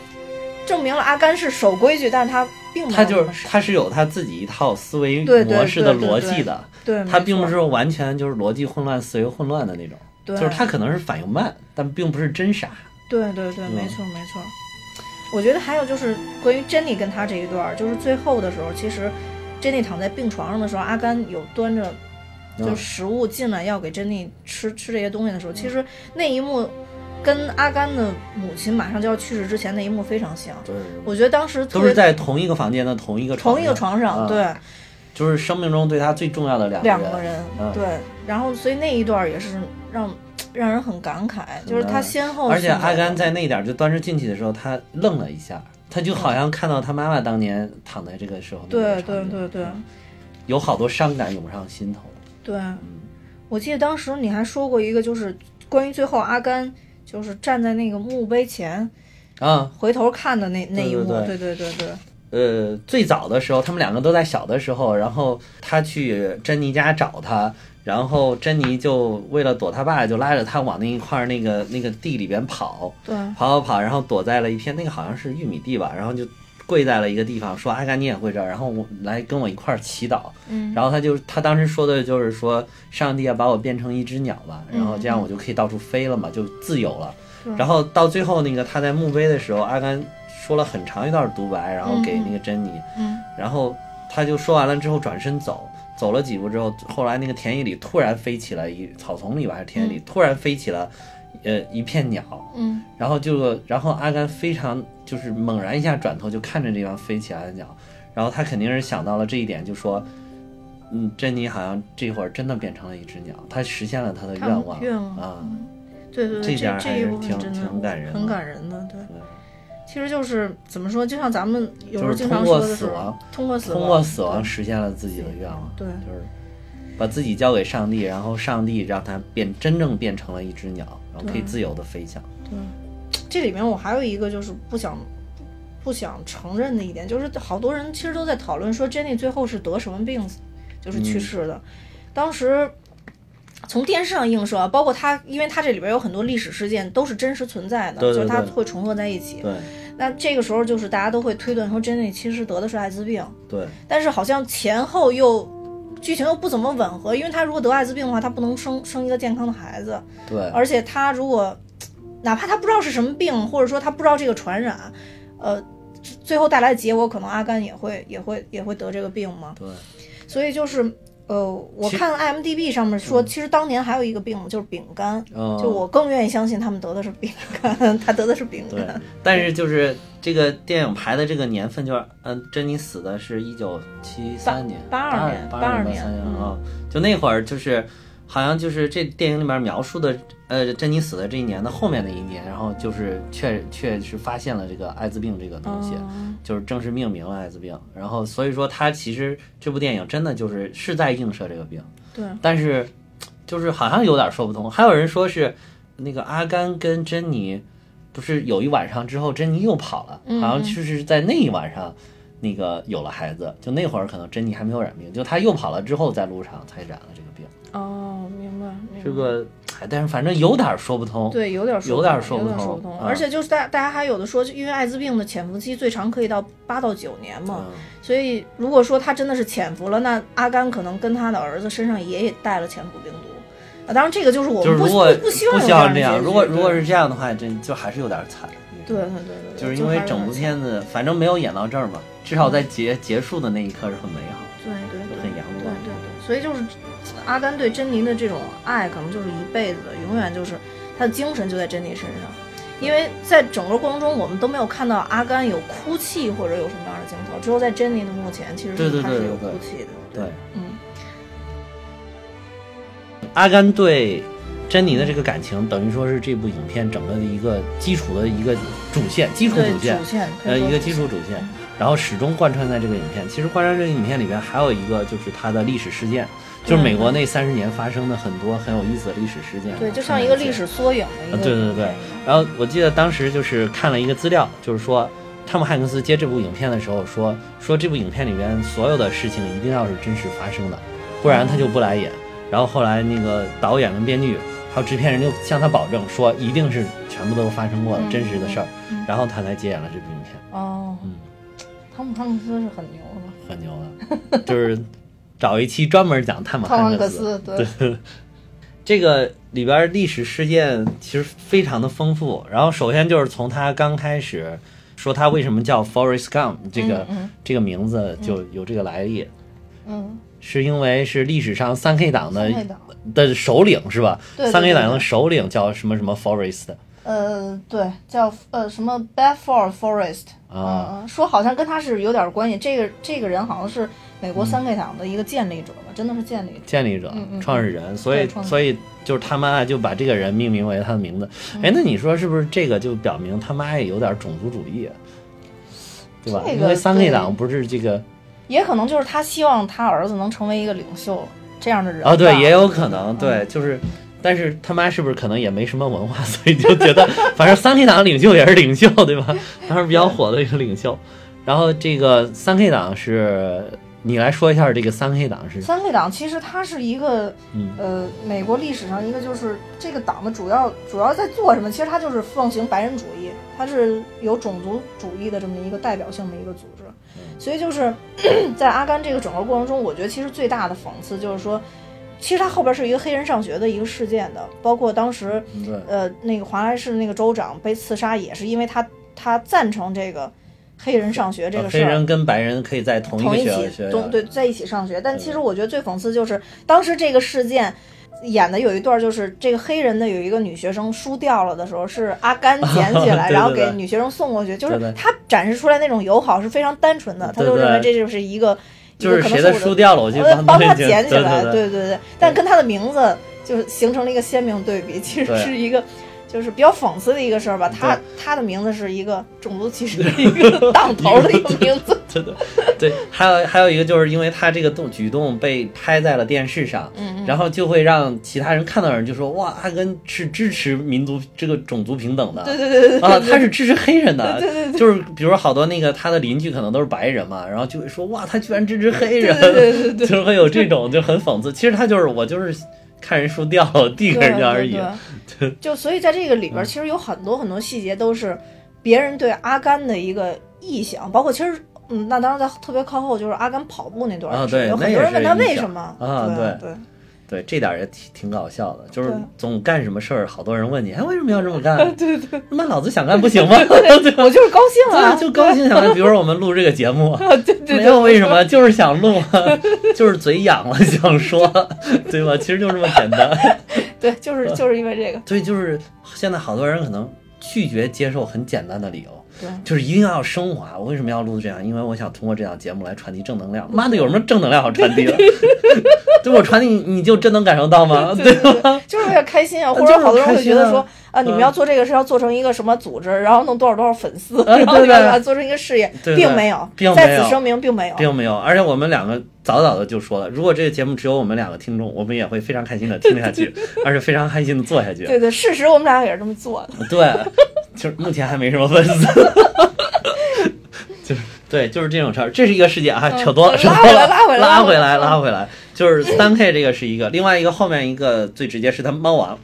Speaker 1: 证明了阿甘是守规矩，但是他并没有
Speaker 2: 他就
Speaker 1: 那么
Speaker 2: 是
Speaker 1: 傻
Speaker 2: 他是有他自己一套思维
Speaker 1: 嗯对对
Speaker 2: 模式的
Speaker 1: 对对
Speaker 2: 逻
Speaker 1: 对
Speaker 2: 辑的，
Speaker 1: 对，
Speaker 2: 他
Speaker 1: 没
Speaker 2: 并不
Speaker 1: 错
Speaker 2: 是完全就是逻辑混乱、思维混乱的那种，
Speaker 1: 对，
Speaker 2: 就是他可能是反应慢，但并不是真傻。
Speaker 1: 对对对，
Speaker 2: 嗯
Speaker 1: 没错没错。我觉得还有就是关于珍妮跟他这一段儿，就是最后的时候，其实珍妮躺在病床上的时候，阿甘有端着就是
Speaker 2: 嗯
Speaker 1: 食物进来要给珍妮吃吃这些东西的时候，其实那一幕跟阿甘的母亲马上就要去世之前那一幕非常像。
Speaker 2: 对，
Speaker 1: 我觉得当时特
Speaker 2: 都是
Speaker 1: 别
Speaker 2: 在同一个房间的同一个
Speaker 1: 同一个
Speaker 2: 上
Speaker 1: 床上，
Speaker 2: 啊
Speaker 1: 对
Speaker 2: 就是生命中对他最重要的两
Speaker 1: 两
Speaker 2: 个
Speaker 1: 个
Speaker 2: 人。
Speaker 1: 人
Speaker 2: 嗯，
Speaker 1: 对，然后所以那一段儿也是让让人很感慨，就是他
Speaker 2: 嗯
Speaker 1: 先后
Speaker 2: 而且
Speaker 1: 选择
Speaker 2: 阿甘在那点儿就端着进去的时候，他愣了一下，他就好像看到他妈妈当年躺在这个时候那
Speaker 1: 嗯对对
Speaker 2: 个场景，
Speaker 1: 对对
Speaker 2: 有好多伤感涌上心头。
Speaker 1: 对。
Speaker 2: 嗯，
Speaker 1: 我记得当时你还说过一个，就是关于最后阿甘就是站在那个墓碑前
Speaker 2: 啊，
Speaker 1: 回头看的那那一幕，对对
Speaker 2: 对
Speaker 1: 对对
Speaker 2: 呃，最早的时候，他们两个都在小的时候，然后他去珍妮家找他，然后珍妮就为了躲他爸，就拉着他往那一块儿那个那个地里边跑，
Speaker 1: 对
Speaker 2: 跑跑跑，然后躲在了一片那个好像是玉米地吧，然后就跪在了一个地方，说阿啊甘你也会这儿，然后我来跟我一块儿祈祷。
Speaker 1: 嗯，
Speaker 2: 然后他就他当时说的就是说，上帝要啊把我变成一只鸟吧，
Speaker 1: 嗯
Speaker 2: 然后这样我就可以到处飞了嘛，就自由了
Speaker 1: 对。
Speaker 2: 然后到最后那个他在墓碑的时候，阿甘说了很长一段独白，然后给那个珍妮，
Speaker 1: 嗯
Speaker 2: 然后他就说完了之后转身走，走了几步之后，后来那个田野里突然飞起了一草丛里吧还是田野里、突然飞起了，呃一片鸟，
Speaker 1: 嗯
Speaker 2: 然后就，然后阿甘非常就是猛然一下转头就看着这方飞起来的鸟，然后他肯定是想到了这一点，就说，嗯，珍妮好像这会儿真的变成了一只鸟，她实现了她的
Speaker 1: 他
Speaker 2: 愿望
Speaker 1: 愿望
Speaker 2: 啊，
Speaker 1: 对对对，
Speaker 2: 这
Speaker 1: 这
Speaker 2: 点儿
Speaker 1: 这
Speaker 2: 还
Speaker 1: 一
Speaker 2: 是
Speaker 1: 部分
Speaker 2: 挺
Speaker 1: 真的
Speaker 2: 挺感人的
Speaker 1: 很感人的，对。
Speaker 2: 对
Speaker 1: 其实就是怎么说，就像咱们有时候
Speaker 2: 就是
Speaker 1: 经
Speaker 2: 通
Speaker 1: 常
Speaker 2: 过
Speaker 1: 说的
Speaker 2: 死
Speaker 1: 是
Speaker 2: 亡，
Speaker 1: 通过死亡，
Speaker 2: 通过死亡实现了自己的愿望，
Speaker 1: 对
Speaker 2: 就是把自己交给上帝，然后上帝让他变真正变成了一只鸟，然后可
Speaker 1: 对
Speaker 2: 以自由的飞翔。
Speaker 1: 这里面我还有一个就是不想不想承认的一点，就是好多人其实都在讨论说 Jenny 最后是得什么病，就是
Speaker 2: 嗯
Speaker 1: 去世的。当时从电视上映射，啊包括它，因为它这里边有很多历史事件都是真实存在的，
Speaker 2: 对对
Speaker 1: 就是它
Speaker 2: 对
Speaker 1: 会重合在一起。
Speaker 2: 对
Speaker 1: 那这个时候就是大家都会推断说 Jenny 其实得的是艾滋病，
Speaker 2: 对
Speaker 1: 但是好像前后又。剧情又不怎么吻合，因为她如果得艾滋病的话，她不能生生一个健康的孩子。
Speaker 2: 对，
Speaker 1: 而且他如果哪怕他不知道是什么病，或者说他不知道这个传染，呃，最后带来的结果，可能阿甘也会也会也会得这个病嘛。
Speaker 2: 对，
Speaker 1: 所以就是呃，我
Speaker 2: 其
Speaker 1: 看 IMDB 上面说，其实当年还有一个病就是丙肝，
Speaker 2: 嗯，
Speaker 1: 就我更愿意相信他们得的是丙肝， 他得的是丙
Speaker 2: 对
Speaker 1: 肝。，
Speaker 2: 但是就是这个电影排的这个年份就是，嗯，珍妮死的是一九七三年，
Speaker 1: 八82
Speaker 2: 二
Speaker 1: 年
Speaker 2: 八
Speaker 1: 82
Speaker 2: 年
Speaker 1: 年
Speaker 2: 啊，就那会儿就是，好像就是这电影里面描述的，呃，珍妮死的这一年的后面的一年，然后就是确确实发现了这个艾滋病这个东西，
Speaker 1: 嗯
Speaker 2: 就是正式命名了艾滋病，然后所以说它其实这部电影真的就是是在映射这个病，
Speaker 1: 对，
Speaker 2: 但是就是好像有点说不通。还有人说是那个阿甘跟珍妮，不是有一晚上之后，珍妮又跑了，
Speaker 1: 嗯
Speaker 2: 好像就是在那一晚上，那个有了孩子，就那会儿可能珍妮还没有染病，就她又跑了之后，在路上才染了这个病。
Speaker 1: 哦，明白，明白
Speaker 2: 这个，哎，但是反正有点说不通。
Speaker 1: 对，有点说
Speaker 2: 有
Speaker 1: 不
Speaker 2: 点
Speaker 1: 通
Speaker 2: 说
Speaker 1: 有
Speaker 2: 不
Speaker 1: 点
Speaker 2: 通
Speaker 1: 说不通，
Speaker 2: 啊
Speaker 1: 而且就是大大家还有的说，就因为艾滋病的潜伏期最长可以到八到九年嘛，
Speaker 2: 嗯，
Speaker 1: 所以如果说他真的是潜伏了，那阿甘可能跟他的儿子身上也也带了潜伏病毒。啊，当然这个就是我
Speaker 2: 就是
Speaker 1: 们不
Speaker 2: 如果
Speaker 1: 不不希望有
Speaker 2: 希望
Speaker 1: 这
Speaker 2: 这
Speaker 1: 样
Speaker 2: 样，
Speaker 1: 的结局
Speaker 2: 如果如果
Speaker 1: 对
Speaker 2: 是这样的话，这就还是有点惨。
Speaker 1: 对对对对对，
Speaker 2: 就是因为
Speaker 1: 还是
Speaker 2: 整
Speaker 1: 有
Speaker 2: 部
Speaker 1: 点
Speaker 2: 片子，反正没有演到这儿嘛，至少在结结束的那一刻是很美好的。
Speaker 1: 对对对
Speaker 2: 很阳
Speaker 1: 对
Speaker 2: 光
Speaker 1: 对对，所以就是阿甘对珍妮的这种爱，可能就是一辈子的，永远就是他的精神就在珍妮身上。因为在整个过程中，我们都没有看到阿甘有哭泣或者有什么样的镜头，只有在珍妮的墓前，其实
Speaker 2: 对对
Speaker 1: 是他
Speaker 2: 对
Speaker 1: 是有
Speaker 2: 对
Speaker 1: 哭泣的。
Speaker 2: 对，
Speaker 1: 嗯，
Speaker 2: 阿甘对珍妮的这个感情，等于说是这部影片整个的一个基础的一个主线，基础
Speaker 1: 对
Speaker 2: 主线，
Speaker 1: 主线，可
Speaker 2: 呃，
Speaker 1: 以说
Speaker 2: 一个基础主线，然后始终贯穿在这个影片。其实贯穿这个影片里边还有一个就是它的历史事件，
Speaker 1: 嗯
Speaker 2: 就是美国那三十年发生的很多很有意思的历史事件。
Speaker 1: 对，就像一个历史缩影的一个。
Speaker 2: 啊对对对然后我记得当时就是看了一个资料，就是说汤姆汉克斯接这部影片的时候说，说这部影片里边所有的事情一定要是真实发生的，不然他就不来演。然后后来那个导演跟编剧还有制片人就向他保证说，一定是全部都发生过的
Speaker 1: 嗯
Speaker 2: 真实的事儿
Speaker 1: 嗯嗯，
Speaker 2: 然后他才接演了这部影片，
Speaker 1: 哦，
Speaker 2: 嗯
Speaker 1: 汤姆汉克斯是很牛的，
Speaker 2: 很牛的，就是找一期专门讲汤姆
Speaker 1: 汤姆
Speaker 2: 汉
Speaker 1: 汉
Speaker 2: 克
Speaker 1: 克
Speaker 2: 斯。
Speaker 1: 斯对，
Speaker 2: 这个里边儿历史事件其实非常的丰富。然后首先就是从他刚开始说他为什么叫 Forrest Gump 这个、
Speaker 1: 嗯嗯
Speaker 2: 这个名字就有这个来历，
Speaker 1: 嗯，
Speaker 2: 是因为是历史上三 K 党的
Speaker 1: 三 K 党
Speaker 2: 的首领是吧？
Speaker 1: 对对对
Speaker 2: 三 K 党
Speaker 1: 对
Speaker 2: 的
Speaker 1: 对
Speaker 2: 首领叫什么什么 Forrest
Speaker 1: 呃，对，叫呃什么 Bedford Forest，嗯
Speaker 2: 啊
Speaker 1: 嗯，说好像跟他是有点关系。这个这个人好像是美国三 K 党的一个建立者吧，真的是建立者。
Speaker 2: 建立者、
Speaker 1: 嗯嗯
Speaker 2: 创始人，所以
Speaker 1: 对创始人
Speaker 2: 所以就是他妈就把这个人命名为他的名字。
Speaker 1: 嗯
Speaker 2: 哎，那你说是不是这个就表明他妈也有点种族主义啊，对吧？
Speaker 1: 这个
Speaker 2: 因为三 K
Speaker 1: 对
Speaker 2: 党不是这个。
Speaker 1: 也可能就是他希望他儿子能成为一个领袖这样的人吧。
Speaker 2: 哦，对，也有可
Speaker 1: 嗯
Speaker 2: 能，对，就是，但是他妈是不是可能也没什么文化， 所以就觉得，反正三 K 党领袖也是领袖，对吧？当时比较火的一个领袖。然后这个三 K 党是，你来说一下这个三 K 党是，
Speaker 1: 三 K 党其实它是一个，
Speaker 2: 嗯
Speaker 1: 呃，美国历史上一个就是这个党的主要主要在做什么？其实它就是奉行白人主义，它是有种族主义的这么一个代表性的一个组织。
Speaker 2: 嗯
Speaker 1: 所以就是 咳在阿甘这个整个过程中，我觉得其实最大的讽刺就是说，其实它后边是有一个黑人上学的一个事件的，包括当时
Speaker 2: 对，
Speaker 1: 呃那个华莱士那个州长被刺杀，也是因为他他赞成这个黑人上学这个事
Speaker 2: 呃啊黑
Speaker 1: 儿。
Speaker 2: 人跟白人可以在同一
Speaker 1: 同
Speaker 2: 个
Speaker 1: 一
Speaker 2: 学校
Speaker 1: 起
Speaker 2: 学校
Speaker 1: 同，对在一起上学。但其实我觉得最讽刺就是当时这个事件。演的有一段就是这个黑人的有一个女学生输掉了的时候，是阿甘捡起
Speaker 2: 对对
Speaker 1: 来，
Speaker 2: 对
Speaker 1: 然后给女学生送过去，就
Speaker 2: 对
Speaker 1: 是
Speaker 2: 对
Speaker 1: 他展示出来那种友好是非常单纯的，他
Speaker 2: 对
Speaker 1: 就
Speaker 2: 对
Speaker 1: 认为这就是一个
Speaker 2: 就
Speaker 1: 一个
Speaker 2: 是
Speaker 1: 可能
Speaker 2: 谁
Speaker 1: 是我
Speaker 2: 的
Speaker 1: 的
Speaker 2: 输掉了，我去
Speaker 1: 呃帮
Speaker 2: 他
Speaker 1: 他捡起来，
Speaker 2: 对
Speaker 1: 对对。但跟他的名字就是形成了一个鲜明对比，其实
Speaker 2: 对
Speaker 1: 是一个就是比较讽刺的一个事儿吧。他
Speaker 2: 对
Speaker 1: 他的名字是一个种族歧视的一个 当头的一个名 字，
Speaker 2: 对对对，还有还有一个就是因为他这个动举动被拍在了电视上，
Speaker 1: 嗯
Speaker 2: 然后就会让其他人看到的人就说哇，阿根是支持民族这个种族平等的，
Speaker 1: 对对对对对
Speaker 2: 啊，他是支持黑人 的，
Speaker 1: 对对对
Speaker 2: 就是比如好多那个他的邻居可能都是白人嘛，然后就会说哇，他居然支持黑人，
Speaker 1: 对对对对对
Speaker 2: 就是会有这种就很讽刺。其实他就是我就是看人输掉 递给
Speaker 1: 对
Speaker 2: 人家而已，嗯
Speaker 1: 对啊 对就所以在这个里边儿，其实有很多很多细节都是别人对阿甘的一个臆想，包括其实。嗯，那当然，在特别靠后就是阿甘跑步那段儿
Speaker 2: 啊
Speaker 1: 是
Speaker 2: 对
Speaker 1: 有
Speaker 2: 那
Speaker 1: 很
Speaker 2: 也
Speaker 1: 多人
Speaker 2: 是
Speaker 1: 问他
Speaker 2: 臆
Speaker 1: 为
Speaker 2: 想
Speaker 1: 什么
Speaker 2: 啊
Speaker 1: 对
Speaker 2: 对
Speaker 1: 对，
Speaker 2: 对，这点儿也挺挺搞笑的，就是
Speaker 1: 对啊
Speaker 2: 总干什么事儿，好多人问你，哎，为什么要这么干？
Speaker 1: 对 对，
Speaker 2: 他妈老子想干不行 吗？ 对
Speaker 1: 我就是高兴啊，
Speaker 2: 就高兴想干。比如说我们录这个节目，
Speaker 1: 对对对，
Speaker 2: 没有为什么，就是想录， 就是嘴痒了想说，对吧？其实就这么简单。
Speaker 1: 对，就是就是因为这个，
Speaker 2: 所以就是现在好多人可能拒绝接受很简单的理由，
Speaker 1: 对，
Speaker 2: 就是一定要升华。我为什么要录这样？因为我想通过这档节目来传递正能量。妈的，有什么正能量好传递的？ 对我传递你，你就真能感受到吗？
Speaker 1: 对对对，就是为了开心 啊，或者好多人会觉得说
Speaker 2: 嗯
Speaker 1: 啊，你们要做这个是要做成一个什么组织，然后弄多少多少粉 丝，
Speaker 2: 啊对
Speaker 1: 然后你们
Speaker 2: 对
Speaker 1: 把它做成一个事业，
Speaker 2: 对对
Speaker 1: 并没有
Speaker 2: 并，没有
Speaker 1: 在此声明并没有，
Speaker 2: 并没有，而且我们两个早早的就说了，如果这个节目只有我们两个听众，我们也会非常开心的听下去，而且非常开心的做下去。啊
Speaker 1: 对对，事实我们俩也是这么做的，
Speaker 2: 对，就是目前还没什么粉丝，就是对，就是这种事儿，这是一个事件啊，
Speaker 1: 嗯
Speaker 2: 扯多了，扯
Speaker 1: 拉
Speaker 2: 多
Speaker 1: 回来拉回
Speaker 2: 了，
Speaker 1: 来
Speaker 2: 拉
Speaker 1: 拉
Speaker 2: 回
Speaker 1: 回
Speaker 2: 来，
Speaker 1: 来嗯
Speaker 2: 拉回来，就是三 K 这个是一个，另外一个后面一个最直接是他猫王，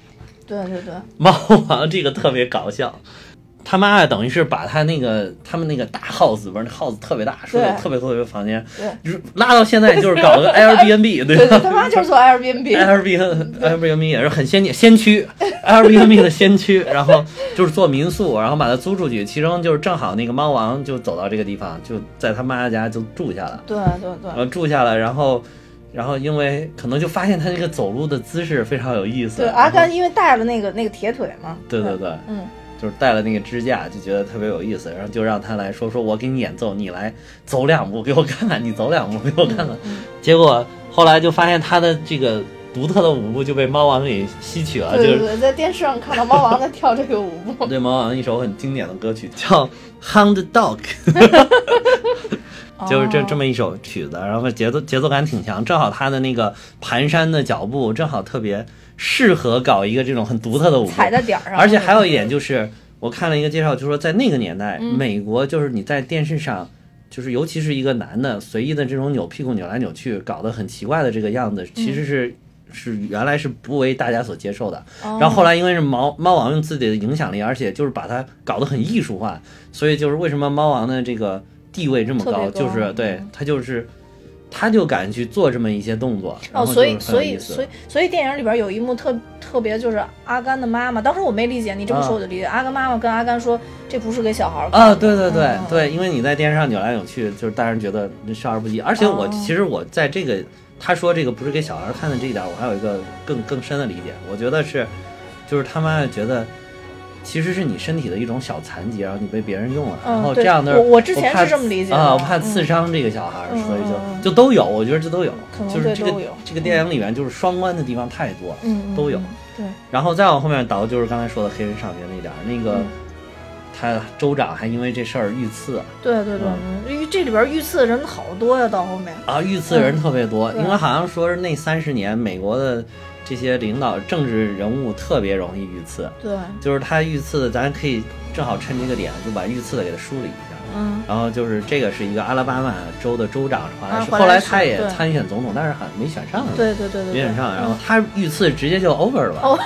Speaker 1: 对对对，
Speaker 2: 猫王这个特别搞笑。他妈的，等于是把他那个他们那个大 house 不是那 house 特别大，说有
Speaker 1: 对
Speaker 2: 特别特别多房间
Speaker 1: 对，
Speaker 2: 就是拉到现在就是 搞个 Airbnb 对哎
Speaker 1: 对
Speaker 2: 吧
Speaker 1: 对，他妈就是做 Airbnb，
Speaker 2: Airbnb Airbnb 也是很先进先驱 Airbnb 的先驱，然后就是做民宿，然后把它租出去，其中就是正好那个猫王就走到这个地方，就在他妈家就住下了，
Speaker 1: 对对对
Speaker 2: 然。后住下了，然后然后因为可能就发现他这个走路的姿势非常有意思，
Speaker 1: 对，
Speaker 2: 然后
Speaker 1: 阿甘因为带了那个那个铁腿嘛，
Speaker 2: 对对对，
Speaker 1: 嗯，
Speaker 2: 就是带了那个支架，就觉得特别有意思，然后就让他来说说，我给你演奏，你来走两步给我看看，你走两步给我看看。嗯
Speaker 1: 嗯
Speaker 2: 结果后来就发现他的这个独特的舞步就被猫王给吸取了，
Speaker 1: 对
Speaker 2: 啊就
Speaker 1: 对
Speaker 2: 是
Speaker 1: 对，在电视上看到猫王在跳这个舞步，
Speaker 2: 对猫王一首很经典的歌曲叫《Hound Dog》，就是这这
Speaker 1: 么
Speaker 2: 么一首曲子，然后节奏节奏感挺强，正好他的那个蹒跚的脚步正好特别适合搞一个这种很独特的舞步，
Speaker 1: 踩在点儿上，
Speaker 2: 而且还有一点就是，我看了一个介绍，就说在那个年代，美国就是你在电视上，就是尤其是一个男的随意的这种扭屁股扭来扭去，搞得很奇怪的这个样子，其实是。是原来是不为大家所接受的，
Speaker 1: 哦，
Speaker 2: 然后后来因为是猫猫王用自己的影响力，而且就是把它搞得很艺术化，所以就是为什么猫王的这个地位这么
Speaker 1: 特
Speaker 2: 高，
Speaker 1: 别高
Speaker 2: 就是对他就是他就敢去做这么一些动作，然
Speaker 1: 哦，
Speaker 2: 后
Speaker 1: 所
Speaker 2: 就
Speaker 1: 以
Speaker 2: 是很有
Speaker 1: 所以
Speaker 2: 意思
Speaker 1: 所以所以电影里边有一幕特特别，就是阿甘的妈妈，当时我没理解，你这么
Speaker 2: 啊
Speaker 1: 说我就理解，阿甘妈妈跟阿甘说这不是给小孩儿看
Speaker 2: 啊，对对对
Speaker 1: 嗯
Speaker 2: 对，因为你在电视上扭来扭去，就是大人觉得少儿不宜。而且我
Speaker 1: 哦
Speaker 2: 其实我在这个他说这个不是给小孩看的这一点，我还有一个更更深的理解，我觉得是，就是他妈觉得其实是你身体的一种小残疾，然后你被别人用了，然
Speaker 1: 嗯，
Speaker 2: 后
Speaker 1: 对
Speaker 2: 这样的
Speaker 1: 我我之前
Speaker 2: 怕
Speaker 1: 是这么理解的
Speaker 2: 啊，我怕
Speaker 1: 嗯
Speaker 2: 刺伤这个小孩，
Speaker 1: 嗯
Speaker 2: 所以
Speaker 1: 嗯嗯
Speaker 2: 就就都有，我觉得这都有
Speaker 1: 可，能
Speaker 2: 就是
Speaker 1: 对
Speaker 2: 这个
Speaker 1: 都有
Speaker 2: 这个电影里面就是双关的地方太多了。
Speaker 1: 嗯嗯
Speaker 2: 都有
Speaker 1: 对
Speaker 2: 然后再往后面倒就是刚才说的黑人上学那点儿，那个
Speaker 1: 嗯
Speaker 2: 他州长还因为这事儿遇刺。啊
Speaker 1: 对对对，
Speaker 2: 嗯
Speaker 1: 因为这里边遇刺的人好多呀，到后面
Speaker 2: 啊，遇刺人特别多，
Speaker 1: 嗯嗯对
Speaker 2: 因为好像说是那三十年美国的这些领导、政治人物特别容易遇刺，
Speaker 1: 对，
Speaker 2: 就是他遇刺的，咱可以正好趁这个点就把遇刺的给他梳理一下。
Speaker 1: 嗯
Speaker 2: 然后就是这个是一个阿拉巴马州的州长，好像是、
Speaker 1: 啊
Speaker 2: 后
Speaker 1: 后
Speaker 2: 来
Speaker 1: 来是
Speaker 2: 他也
Speaker 1: 对
Speaker 2: 参选总统，但是好像没选上，
Speaker 1: 对对对对
Speaker 2: 没
Speaker 1: 对，
Speaker 2: 选上。然
Speaker 1: 嗯
Speaker 2: 后他遇刺直接就 over 了，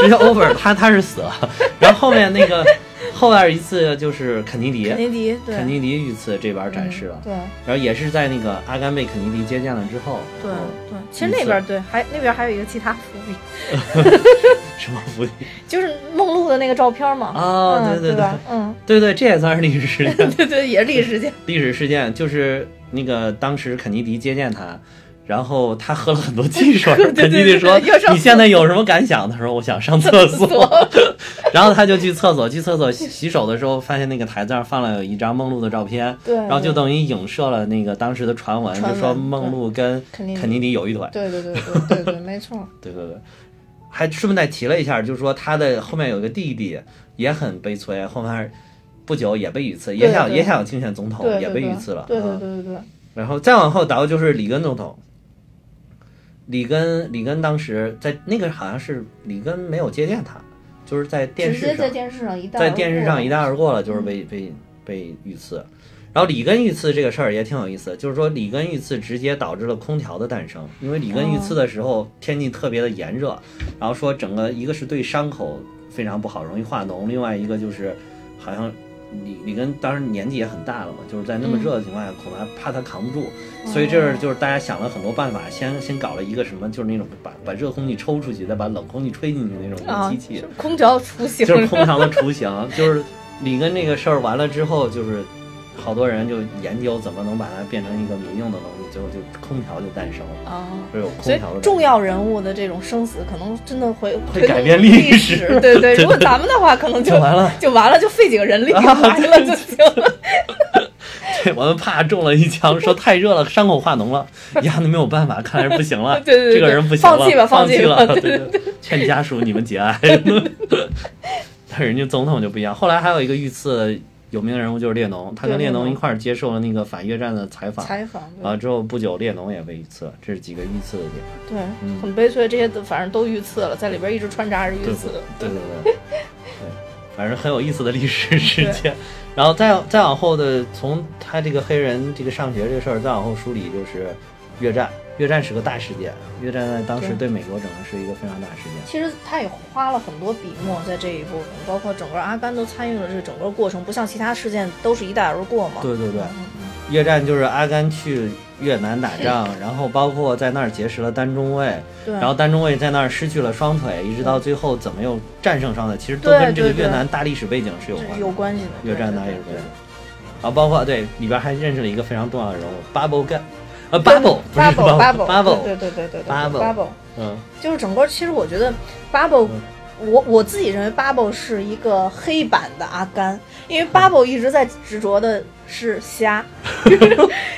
Speaker 2: 直接 over，他他是死了。 然后后面那个 后面一次就是肯尼迪
Speaker 1: 肯，尼迪对嗯
Speaker 2: 肯尼迪遇刺这边展示了。
Speaker 1: 对。
Speaker 2: 然后也是在那个阿甘被肯尼迪接见了之后，哦
Speaker 1: 对
Speaker 2: 然后
Speaker 1: 对，其实那边儿对，还那边儿还有一个其他伏笔，
Speaker 2: 什么伏笔
Speaker 1: 就是梦露的那个照片嘛。
Speaker 2: 哦
Speaker 1: 嗯
Speaker 2: 对对
Speaker 1: 对吧， 嗯，
Speaker 2: 对对，这也算是历史事件。
Speaker 1: 对对，也是历史事件。
Speaker 2: 历史事件就是那个当时肯尼迪接见他，然后他喝了很多汽 水儿。
Speaker 1: 对对对
Speaker 2: 肯尼迪说
Speaker 1: 对要：“上
Speaker 2: 你现在有什么感想？”他说：“我想上厕所。” 然后他就去厕所，去厕所洗洗手的时候，发现那个台子上放了有一张梦露的照片，
Speaker 1: 对，
Speaker 2: 然后就
Speaker 1: 对
Speaker 2: 等于影射了那个当时的传闻，
Speaker 1: 传
Speaker 2: 就
Speaker 1: 闻
Speaker 2: 说梦露跟
Speaker 1: 肯尼迪
Speaker 2: 肯尼迪有一腿。
Speaker 1: 对对对对对对，没 错。
Speaker 2: 对对对，还顺带提了一下，就是说他的后面有个弟弟也很悲催，后面不久也被遇刺，也
Speaker 1: 对
Speaker 2: 想
Speaker 1: 对
Speaker 2: 也想竞选总统，
Speaker 1: 对，
Speaker 2: 哦也被遇刺了。
Speaker 1: 对对
Speaker 2: 嗯
Speaker 1: 对对对，
Speaker 2: 然后再往后倒就是里根总统，里根里根当时在那个好像是里根没有接见他，就是在电
Speaker 1: 直
Speaker 2: 视
Speaker 1: 接在
Speaker 2: 上
Speaker 1: 电视上一带而
Speaker 2: 在
Speaker 1: 过，
Speaker 2: 电视上一带而过了，就是被被被遇刺。然后里根遇刺这个事儿也挺有意思，就是说里根遇刺直接导致了空调的诞生，因为里根遇刺的时候天气特别的炎热，然后说整个一个是对伤口非常不好，容易化脓，另外一个就是好像你你跟当时年纪也很大了嘛，就是在那么热的情况下，恐怕怕他扛不住，所以这儿就是大家想了很多办法，先先搞了一个什么，就是那种把把热空气抽出去，再把冷空气吹进去那
Speaker 1: 哦
Speaker 2: 种机
Speaker 1: 啊
Speaker 2: 器，
Speaker 1: 空调雏形，
Speaker 2: 就是空调的雏形，就是你跟那个事儿完了之后，就是好多人就研究怎么能把它变成一个民用的东西，最后就空调就诞生了，
Speaker 1: 啊。
Speaker 2: 就有
Speaker 1: 所
Speaker 2: 空
Speaker 1: 以
Speaker 2: 调的诞生
Speaker 1: 重要人物的这种生死，可能真的会
Speaker 2: 会
Speaker 1: 推动
Speaker 2: 改变历
Speaker 1: 历
Speaker 2: 史
Speaker 1: 对对，
Speaker 2: 真的
Speaker 1: 如果咱们的话，可能就
Speaker 2: 就完了，
Speaker 1: 就完了，就费几个人力完了就 行了。
Speaker 2: 对，我们怕中了一枪，说太热了，伤口化脓了，呀，那没有办法，看来是不行 了，
Speaker 1: 对对对
Speaker 2: 这个人不行了，
Speaker 1: 放弃吧放
Speaker 2: 放
Speaker 1: 弃吧
Speaker 2: 了，对对对，劝家属你们节哀。 但人家总统就不一样，后来还有一个遇刺有名人物就是列侬，他跟
Speaker 1: 对
Speaker 2: 列侬
Speaker 1: 列侬
Speaker 2: 一块儿接受了那个反越战的采访，
Speaker 1: 采访
Speaker 2: 啊，之后不久列侬也被遇刺了，这是几个遇刺的地方。
Speaker 1: 对，
Speaker 2: 嗯
Speaker 1: 很悲催，这些都反正都遇刺了，在里边一直穿插着遇
Speaker 2: 对
Speaker 1: 刺。
Speaker 2: 对对对，对，反正很有意思的历史事件。然后再再往后的，从他这个黑人这个上学这个事儿，再往后梳理就是越战。越战是个大事件，越战在当时
Speaker 1: 对
Speaker 2: 对美国整个是一个非常大事件。
Speaker 1: 其实他也花了很多笔墨在这一部分，包括整个阿甘都参与了这整个过程，不像其他事件都是一带而过嘛。
Speaker 2: 对对对，越战就是阿甘去越南打仗，然后包括在那儿结识了单中尉，
Speaker 1: 对，
Speaker 2: 然后单中尉在那儿失去了双腿，一直到最后怎么又战胜双腿，其实都跟这个
Speaker 1: 对对对
Speaker 2: 越南大历史背景是有关
Speaker 1: 这
Speaker 2: 的。
Speaker 1: 是有关系的。
Speaker 2: 越战大
Speaker 1: 对
Speaker 2: 也是
Speaker 1: 对对
Speaker 2: 然后啊包括对里边还认识了一个非常重要的人物，Bubble Gun，呃
Speaker 1: 对
Speaker 2: ，Bubble 不是
Speaker 1: bubble
Speaker 2: Bubble
Speaker 1: bubble，对对对对对
Speaker 2: Bubble
Speaker 1: bubble，
Speaker 2: 嗯，
Speaker 1: 就是整个其实我觉得 bubble。我我自己认为 Bubble 是一个黑版的阿甘，因为 Bubble 一直在执着的是 虾，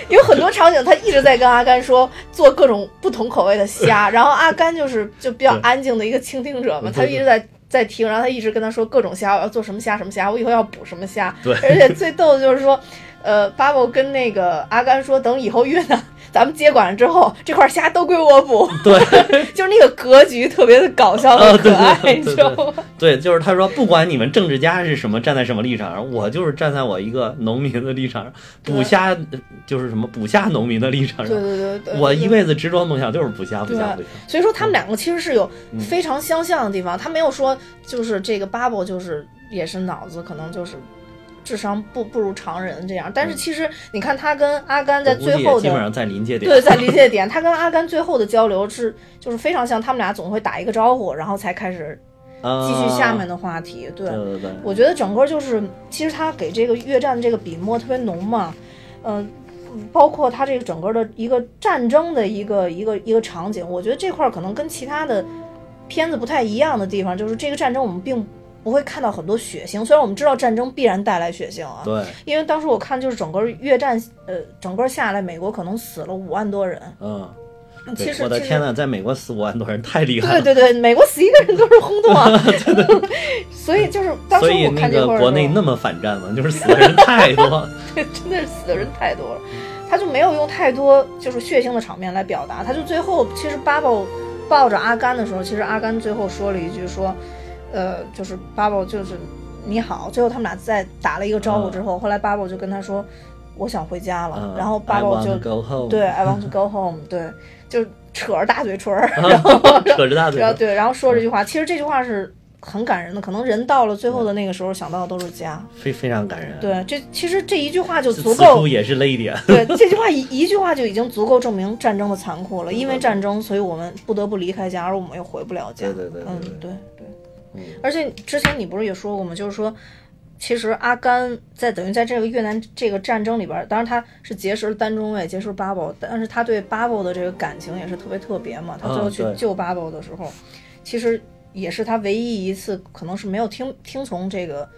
Speaker 1: 有很多场景他一直在跟阿甘说做各种不同口味的 虾，然后阿甘就是就比较
Speaker 2: 对
Speaker 1: 安静的一个倾听者嘛，
Speaker 2: 对
Speaker 1: 他就一直在在听，然后他一直跟他说各种虾，我要做什么虾什么虾，我以后要捕什么虾，
Speaker 2: 对
Speaker 1: 而且最逗的就是说，呃，Bubble 跟那个阿甘说，等以后越南咱们接管了之后，这块虾都归我捕，
Speaker 2: 对
Speaker 1: 就是那个格局特别的搞笑和
Speaker 2: 啊对
Speaker 1: 可爱，
Speaker 2: 对对
Speaker 1: 你知道吗？
Speaker 2: 对，就是他说不管你们政治家是什么站在什么立场，我就是站在我一个农民的立场，
Speaker 1: 对
Speaker 2: 捕虾呃就是什么捕虾农民的立场
Speaker 1: 对
Speaker 2: 上，
Speaker 1: 对对对，
Speaker 2: 我一辈子执着梦想就是捕虾，捕
Speaker 1: 对啊
Speaker 2: 虾，捕虾。
Speaker 1: 所以说他们两个其实是有
Speaker 2: 嗯
Speaker 1: 非常相像的地方，他没有说就是这个 Bubble 就是也是脑子可能就是。智商不不如常人这样，但是其实你看他跟阿甘在
Speaker 2: 嗯我估计
Speaker 1: 最
Speaker 2: 也
Speaker 1: 后
Speaker 2: 基
Speaker 1: 的
Speaker 2: 本上在临界点，
Speaker 1: 对，在临界点，他跟阿甘最后的交流是就是非常像，他们俩总会打一个招呼，然后才开始
Speaker 2: 啊
Speaker 1: 继续下面。的话题。对
Speaker 2: 对，对对，
Speaker 1: 我觉得整个就是，其实他给这个越战的这个笔墨特别浓嘛，嗯、包括他这个整个的一个战争的一个一个一个场景，我觉得这块儿可能跟其他的片子不太一样的地方，就是这个战争我们并不会看到很多血腥，虽然我们知道战争必然带来血腥啊，
Speaker 2: 对，
Speaker 1: 因为当时我看就是整个越战，呃，整个下来美国可能死了五万多人，
Speaker 2: 嗯，
Speaker 1: 其
Speaker 2: 对
Speaker 1: 实
Speaker 2: 我的
Speaker 1: 其实
Speaker 2: 天呐，在美国死五万多人太厉害
Speaker 1: 对
Speaker 2: 了。
Speaker 1: 对对，美国死一个人都是轰动 啊！ 所以就是当时
Speaker 2: 所以
Speaker 1: 我
Speaker 2: 那
Speaker 1: 看这
Speaker 2: 个
Speaker 1: 块儿的时候，
Speaker 2: 国内那么反战嘛，就是死的人太 多了。
Speaker 1: 真的是死的人太多了，他就没有用太多就是血腥的场面来表达，他就最后其实巴宝抱着阿甘的时候，其实阿甘最后说了一句说，呃，就是巴宝就是你好，最后他们俩在打了一个招呼之后，后来巴宝就跟他说我想回家了，
Speaker 2: 嗯
Speaker 1: 然后巴
Speaker 2: I
Speaker 1: 宝
Speaker 2: wanna
Speaker 1: 就
Speaker 2: go home
Speaker 1: 对 I want to go home，对，就扯着大嘴唇儿，
Speaker 2: 嗯扯着大嘴
Speaker 1: 然
Speaker 2: 巴
Speaker 1: 后。对，然后说这句话，其实这句话是很感人的，可能人到了最后的那个时候想到的都是家。
Speaker 2: 非非常感人。，
Speaker 1: 对，这其实这一句话就
Speaker 2: 此
Speaker 1: 足
Speaker 2: 处
Speaker 1: 够，
Speaker 2: 也是泪点。
Speaker 1: 对这句话一一句话就已经足够证明战争的残酷了。因为战争，所以我们不得不离开家，而我们又回不了家。
Speaker 2: 对对对对
Speaker 1: 嗯，
Speaker 2: 对
Speaker 1: 对对。
Speaker 2: 嗯
Speaker 1: 而且之前你不是也说过吗？就是说，其实阿甘在等于在这个越南这个战争里边儿，当然他是结识了单中尉，结识巴宝，但是他对巴宝的这个感情也是特别特别嘛。他最后
Speaker 2: 嗯
Speaker 1: 去
Speaker 2: 对
Speaker 1: 救巴宝的时候，其实也是他唯一一次可能是没有听听从这个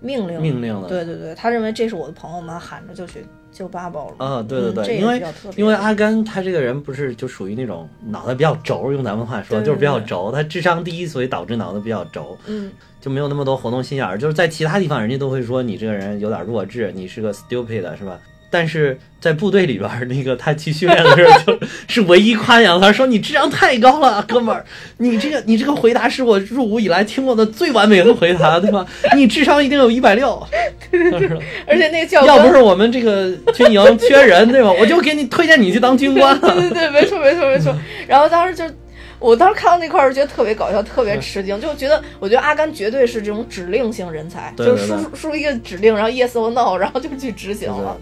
Speaker 1: 命令。
Speaker 2: 命令了
Speaker 1: 对对对，他认为这是我的朋友嘛，喊着就去救巴宝了。
Speaker 2: 啊，对对
Speaker 1: 嗯这
Speaker 2: 对，
Speaker 1: 也
Speaker 2: 因
Speaker 1: 比
Speaker 2: 为
Speaker 1: 较特别
Speaker 2: 因为阿甘他这个人不是就属于那种脑袋比较轴，用咱们话说
Speaker 1: 对
Speaker 2: 就是比较
Speaker 1: 对对
Speaker 2: 轴，他智商低，所以导致脑袋比较轴，
Speaker 1: 嗯，
Speaker 2: 就没有那么多活动心眼儿。就是在其他地方，人家都会说你这个人有点弱智，你是个 stupid，是吧？但是在部队里边儿，那个他去训练的时候， 就是唯一夸奖他说：“你智商太高了，哥们儿，你这个你这个回答是我入伍以来听过的最完美的回答，对吧？你智商一定有一百 六。”
Speaker 1: 而且那个教官
Speaker 2: 要不是我们这个军营 缺人，对吧？我就给你推荐你去当军官了。
Speaker 1: 对对对，没错没错没错。然后当时就我当时看到那块儿，觉得特别搞笑，特别吃 惊，就觉得我觉得阿甘绝对是这种指令性人才，
Speaker 2: 对
Speaker 1: 就是
Speaker 2: 对
Speaker 1: 输输一个指令，然后 yes or no，然后就去执行
Speaker 2: 对
Speaker 1: 了。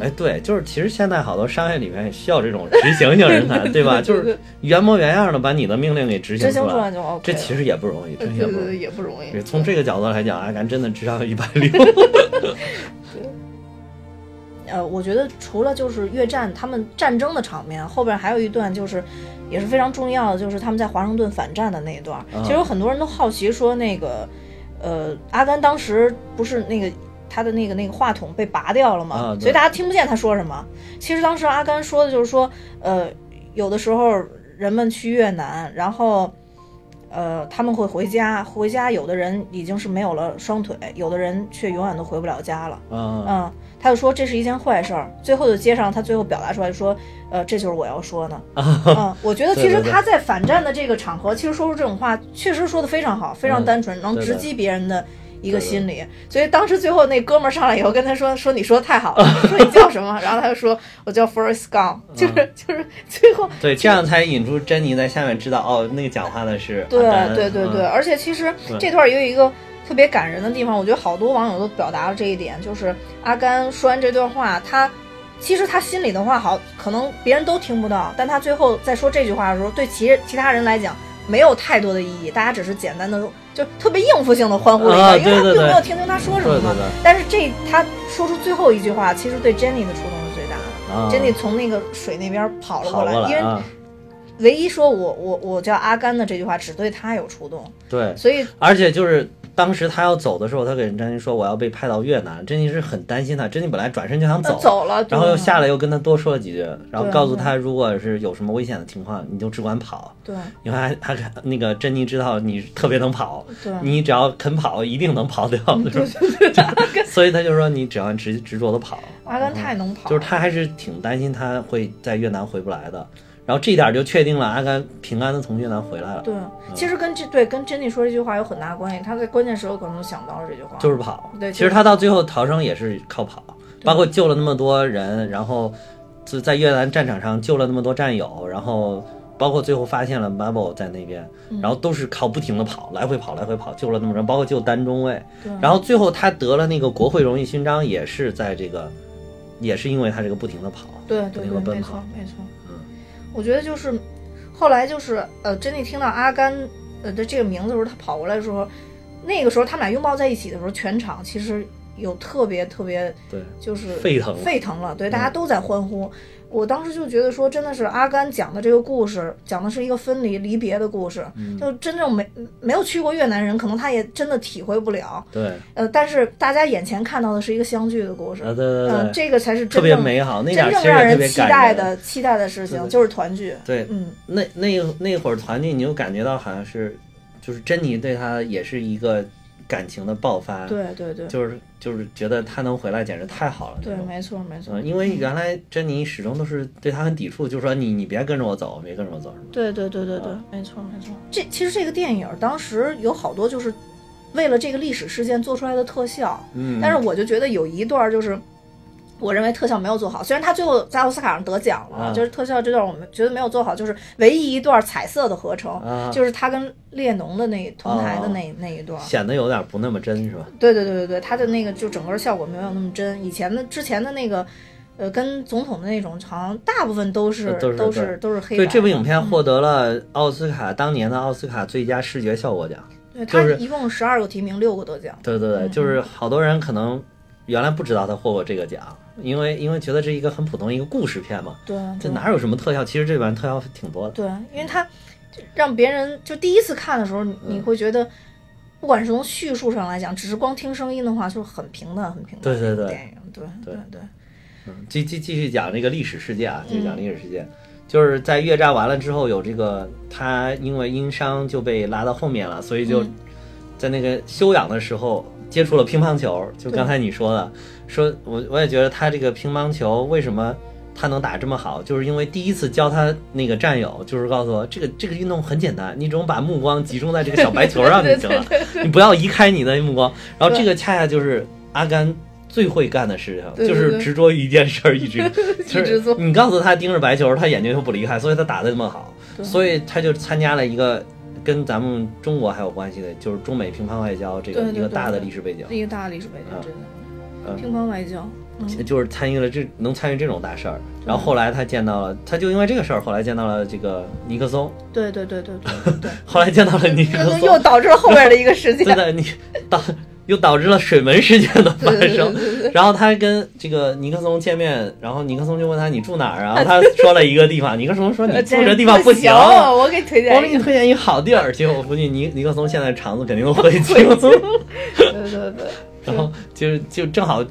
Speaker 2: 哎，对，就是其实现在好多商业里面也需要这种执行性人才， 对吧？
Speaker 1: 对
Speaker 2: 就是原模原样的把你的命令给执行
Speaker 1: 执行
Speaker 2: 出
Speaker 1: 出
Speaker 2: 来，
Speaker 1: 来就 OK
Speaker 2: 这
Speaker 1: 了。
Speaker 2: 其实也不容易，
Speaker 1: 对
Speaker 2: 真也
Speaker 1: 对
Speaker 2: 不
Speaker 1: 对，
Speaker 2: 容
Speaker 1: 对
Speaker 2: 易。
Speaker 1: 也不容易
Speaker 2: 对。从这个角度来讲，阿甘真的智商有一百六。
Speaker 1: 呃，我觉得除了就是越战他们战争的场面，后边还有一段就是也是非常重要的，就是他们在华盛顿反战的那一段儿。
Speaker 2: 嗯
Speaker 1: 其实有很多人都好奇说，那个呃，阿甘当时不是那个他的那个那个话筒被拔掉了
Speaker 2: 啊
Speaker 1: 嘛，
Speaker 2: 对
Speaker 1: 所以大家听不见他说什么。其实当时阿甘说的就是说，呃，有的时候人们去越南，然后。呃，他们会回家，回家有的人已经是没有了双腿，有的人却永远都回不了家了。
Speaker 2: 嗯，
Speaker 1: 嗯，他就说这是一件坏事儿，最后就接上他最后表达出来说，呃，这就是我要说的。嗯，我觉得其
Speaker 2: 对
Speaker 1: 实
Speaker 2: 对对
Speaker 1: 他在反战的这个场合，其实说出这种话，确实说的非常好，非常单纯，能
Speaker 2: 嗯对
Speaker 1: 直
Speaker 2: 的
Speaker 1: 击别人的。一个心理，所以当时最后那哥们儿上来以后跟他说：“说你说得太好 了，说你叫什么？”然后他就说：“我叫 Forrest Gump。”就是
Speaker 2: 嗯
Speaker 1: 就是最后
Speaker 2: 对，这样才引出珍妮在下面知道哦，那个讲话的是
Speaker 1: 对
Speaker 2: 阿甘
Speaker 1: 对对
Speaker 2: 嗯
Speaker 1: 对，而且其实
Speaker 2: 对
Speaker 1: 这段也有一个特别感人的地方，我觉得好多网友都表达了这一点，就是阿甘说完这段话，他其实他心里的话好，可能别人都听不到，但他最后在说这句话的时候，对其其他人来讲。没有太多的意义，大家只是简单的就特别应付性的欢呼了一下，
Speaker 2: 啊
Speaker 1: 因为他
Speaker 2: 对对
Speaker 1: 并没有
Speaker 2: 对
Speaker 1: 听清他说什么
Speaker 2: 对
Speaker 1: 嘛。
Speaker 2: 对对，
Speaker 1: 但是这他说出最后一句话，其实对珍妮的触动是最大的。
Speaker 2: 啊
Speaker 1: 珍妮从那个水那边跑了
Speaker 2: 跑过
Speaker 1: 因为
Speaker 2: 啊，
Speaker 1: 唯一说我我我叫阿甘的这句话，只对他有触动，
Speaker 2: 对，
Speaker 1: 所以
Speaker 2: 而且就是当时他要走的时候，他给珍妮说我要被派到越南，珍妮是很担心他，珍妮本来转身就想
Speaker 1: 呃走了，
Speaker 2: 然后
Speaker 1: 对
Speaker 2: 又下来又跟他多说了几句，然后告诉
Speaker 1: 对
Speaker 2: 他，如果是有什么危险的情况，你就只管跑，
Speaker 1: 对
Speaker 2: 因为还还那个珍妮知道你特别能跑，
Speaker 1: 对
Speaker 2: 你只要肯跑，一定能跑掉，就是 所以他就说你只要执执着的跑，
Speaker 1: 阿甘太能跑了，
Speaker 2: 就是他还是挺担心他会在越南回不来的，然后这一点就确定了阿甘平安的从越南回来了，
Speaker 1: 对，其实跟这对跟珍妮说这句话有很大关系，他在关键时候可能想到了这句话，
Speaker 2: 就是跑。
Speaker 1: 对
Speaker 2: 其实他到最后逃生也是靠跑，包括救了那么多人，然后就在越南战场上救了那么多战友，然后包括最后发现了 Mabel 在那边，
Speaker 1: 嗯
Speaker 2: 然后都是靠不停的跑，来回跑，来回跑，救了那么多人，包括救单中尉，然后最后他得了那个国会荣誉勋章，也是在这个，也是因为他这个不停的跑，
Speaker 1: 对
Speaker 2: 不
Speaker 1: 对
Speaker 2: 停
Speaker 1: 对，
Speaker 2: 的奔
Speaker 1: 没
Speaker 2: 跑
Speaker 1: 错，没错，
Speaker 2: 嗯，
Speaker 1: 我觉得就是后来就是呃，珍妮听到阿甘呃的这个名字的时候，他跑过来的时候，那个时候他们俩拥抱在一起的时候，全场其实有特别特别
Speaker 2: 对，
Speaker 1: 就是
Speaker 2: 沸腾了嗯
Speaker 1: 沸腾了，对，大家都在欢呼。我当时就觉得说，真的是阿甘讲的这个故事，讲的是一个分离离别的故事，
Speaker 2: 嗯
Speaker 1: 就真正没没有去过越南人，可能他也真的体会不了。
Speaker 2: 对，
Speaker 1: 呃，但是大家眼前看到的是一个相聚的故事，
Speaker 2: 啊对对对
Speaker 1: 呃，这个才是
Speaker 2: 特
Speaker 1: 真
Speaker 2: 别
Speaker 1: 正
Speaker 2: 美好，那
Speaker 1: 真
Speaker 2: 点其
Speaker 1: 正
Speaker 2: 实
Speaker 1: 让
Speaker 2: 也特
Speaker 1: 人
Speaker 2: 别
Speaker 1: 期
Speaker 2: 感
Speaker 1: 待
Speaker 2: 人
Speaker 1: 的期待的事
Speaker 2: 对
Speaker 1: 情
Speaker 2: 对
Speaker 1: 就是团聚。
Speaker 2: 对，
Speaker 1: 嗯，
Speaker 2: 那那那会儿团聚，你就感觉到好像是，就是珍妮对他也是一个感情的爆发，，
Speaker 1: 对对对
Speaker 2: 就是就是觉得他能回来简直太好了那
Speaker 1: 对，
Speaker 2: 种。
Speaker 1: 没错没错，
Speaker 2: 嗯，因为原来珍妮始终都是对他很抵触，就说你你别跟着我走，别跟着我走，是吗？
Speaker 1: 对对对对对，没错没
Speaker 2: 嗯
Speaker 1: 错。这其实这个电影当时有好多就是为了这个历史事件做出来的特效，
Speaker 2: 嗯，
Speaker 1: 但是我就觉得有一段就是。我认为特效没有做好，虽然他最后在奥斯卡上得奖了，
Speaker 2: 啊
Speaker 1: 就是特效这段我们觉得没有做好，就是唯一一段彩色的合成，
Speaker 2: 啊
Speaker 1: 就是他跟列侬的那同台的
Speaker 2: 哦
Speaker 1: 那、那一段，
Speaker 2: 显得有点不那么真，是吧？
Speaker 1: 对对对对对，他的那个就整个效果没有那么真。以前的之前的那个，呃，跟总统的那种，好像大部分都是
Speaker 2: 呃都是
Speaker 1: 都
Speaker 2: 对
Speaker 1: 是都是黑白
Speaker 2: 对，
Speaker 1: 的。嗯
Speaker 2: 这部影片获得了奥斯卡当年的奥斯卡最佳视觉效果奖。
Speaker 1: 对
Speaker 2: 就
Speaker 1: 他
Speaker 2: 是
Speaker 1: 一共十二个提名，六个得奖。
Speaker 2: 对对对，就是好多人可能原来不知道他获过这个奖，因为因为觉得这是一个很普通一个故事片嘛，
Speaker 1: 对
Speaker 2: 这
Speaker 1: 对
Speaker 2: 哪有什么特效？其实这里边特效挺多的。
Speaker 1: 对，因为他就让别人就第一次看的时候，你
Speaker 2: 嗯
Speaker 1: 你会觉得，不管是从叙述上来讲，只是光听声音的话，就是很平淡很平淡
Speaker 2: 对
Speaker 1: 的
Speaker 2: 对
Speaker 1: 一个
Speaker 2: 对
Speaker 1: 电影。对
Speaker 2: 对
Speaker 1: 对对
Speaker 2: 嗯继继继续讲这个历史事件啊，继续讲历史事件，就是在越战完了之后，有这个他因为因伤就被拉到后面了，所以就在那个休养的时候接触了乒乓球。就刚才你说的，说我我也觉得他这个乒乓球为什么？他能打这么好，就是因为第一次教他那个战友，就是告诉我这个这个运动很简单，你只用把目光集中在这个小白球上就行了，你不要移开你的目光。然后这个恰恰就是阿甘最会干的事情，
Speaker 1: 对对
Speaker 2: 就
Speaker 1: 对
Speaker 2: 是执着于一件事儿，一直就 是
Speaker 1: 一直做
Speaker 2: 你告诉他盯着白球，他眼睛就不离开，所以他打得那么好。所以他就参加了一个跟咱们中国还有关系的，就是中美乒乓外交这个
Speaker 3: 对对
Speaker 2: 一个
Speaker 3: 对
Speaker 2: 大的
Speaker 3: 对
Speaker 2: 历史背景，
Speaker 3: 一个大历史背景，
Speaker 2: 嗯
Speaker 3: 真的
Speaker 2: 嗯
Speaker 3: 乒乓外交，
Speaker 2: 就是参与了这能参与这种大事儿。然后后来他见到了，他就因为这个事儿，后来见到了这个尼克松，
Speaker 3: 对对对对对对，
Speaker 2: 后来见到了尼克
Speaker 1: 又
Speaker 2: 松
Speaker 1: 又，导致了后面的一个事 件
Speaker 2: 对。的，你导又导致了水门事件的 发
Speaker 1: 对对呃
Speaker 2: 生
Speaker 1: 对对。
Speaker 2: 然后他跟这个尼克松见面，然后尼克松就问他你住哪儿啊？他说了一个地方，尼克松说你住这地方
Speaker 1: 不
Speaker 2: 行。
Speaker 1: 我给你推荐
Speaker 2: 我
Speaker 1: 一
Speaker 2: 给
Speaker 1: 个
Speaker 2: 你推荐一好地儿，结果我估计尼尼克松现在肠子肯定 都悔青，
Speaker 1: 对对对，
Speaker 2: 然后就是就正好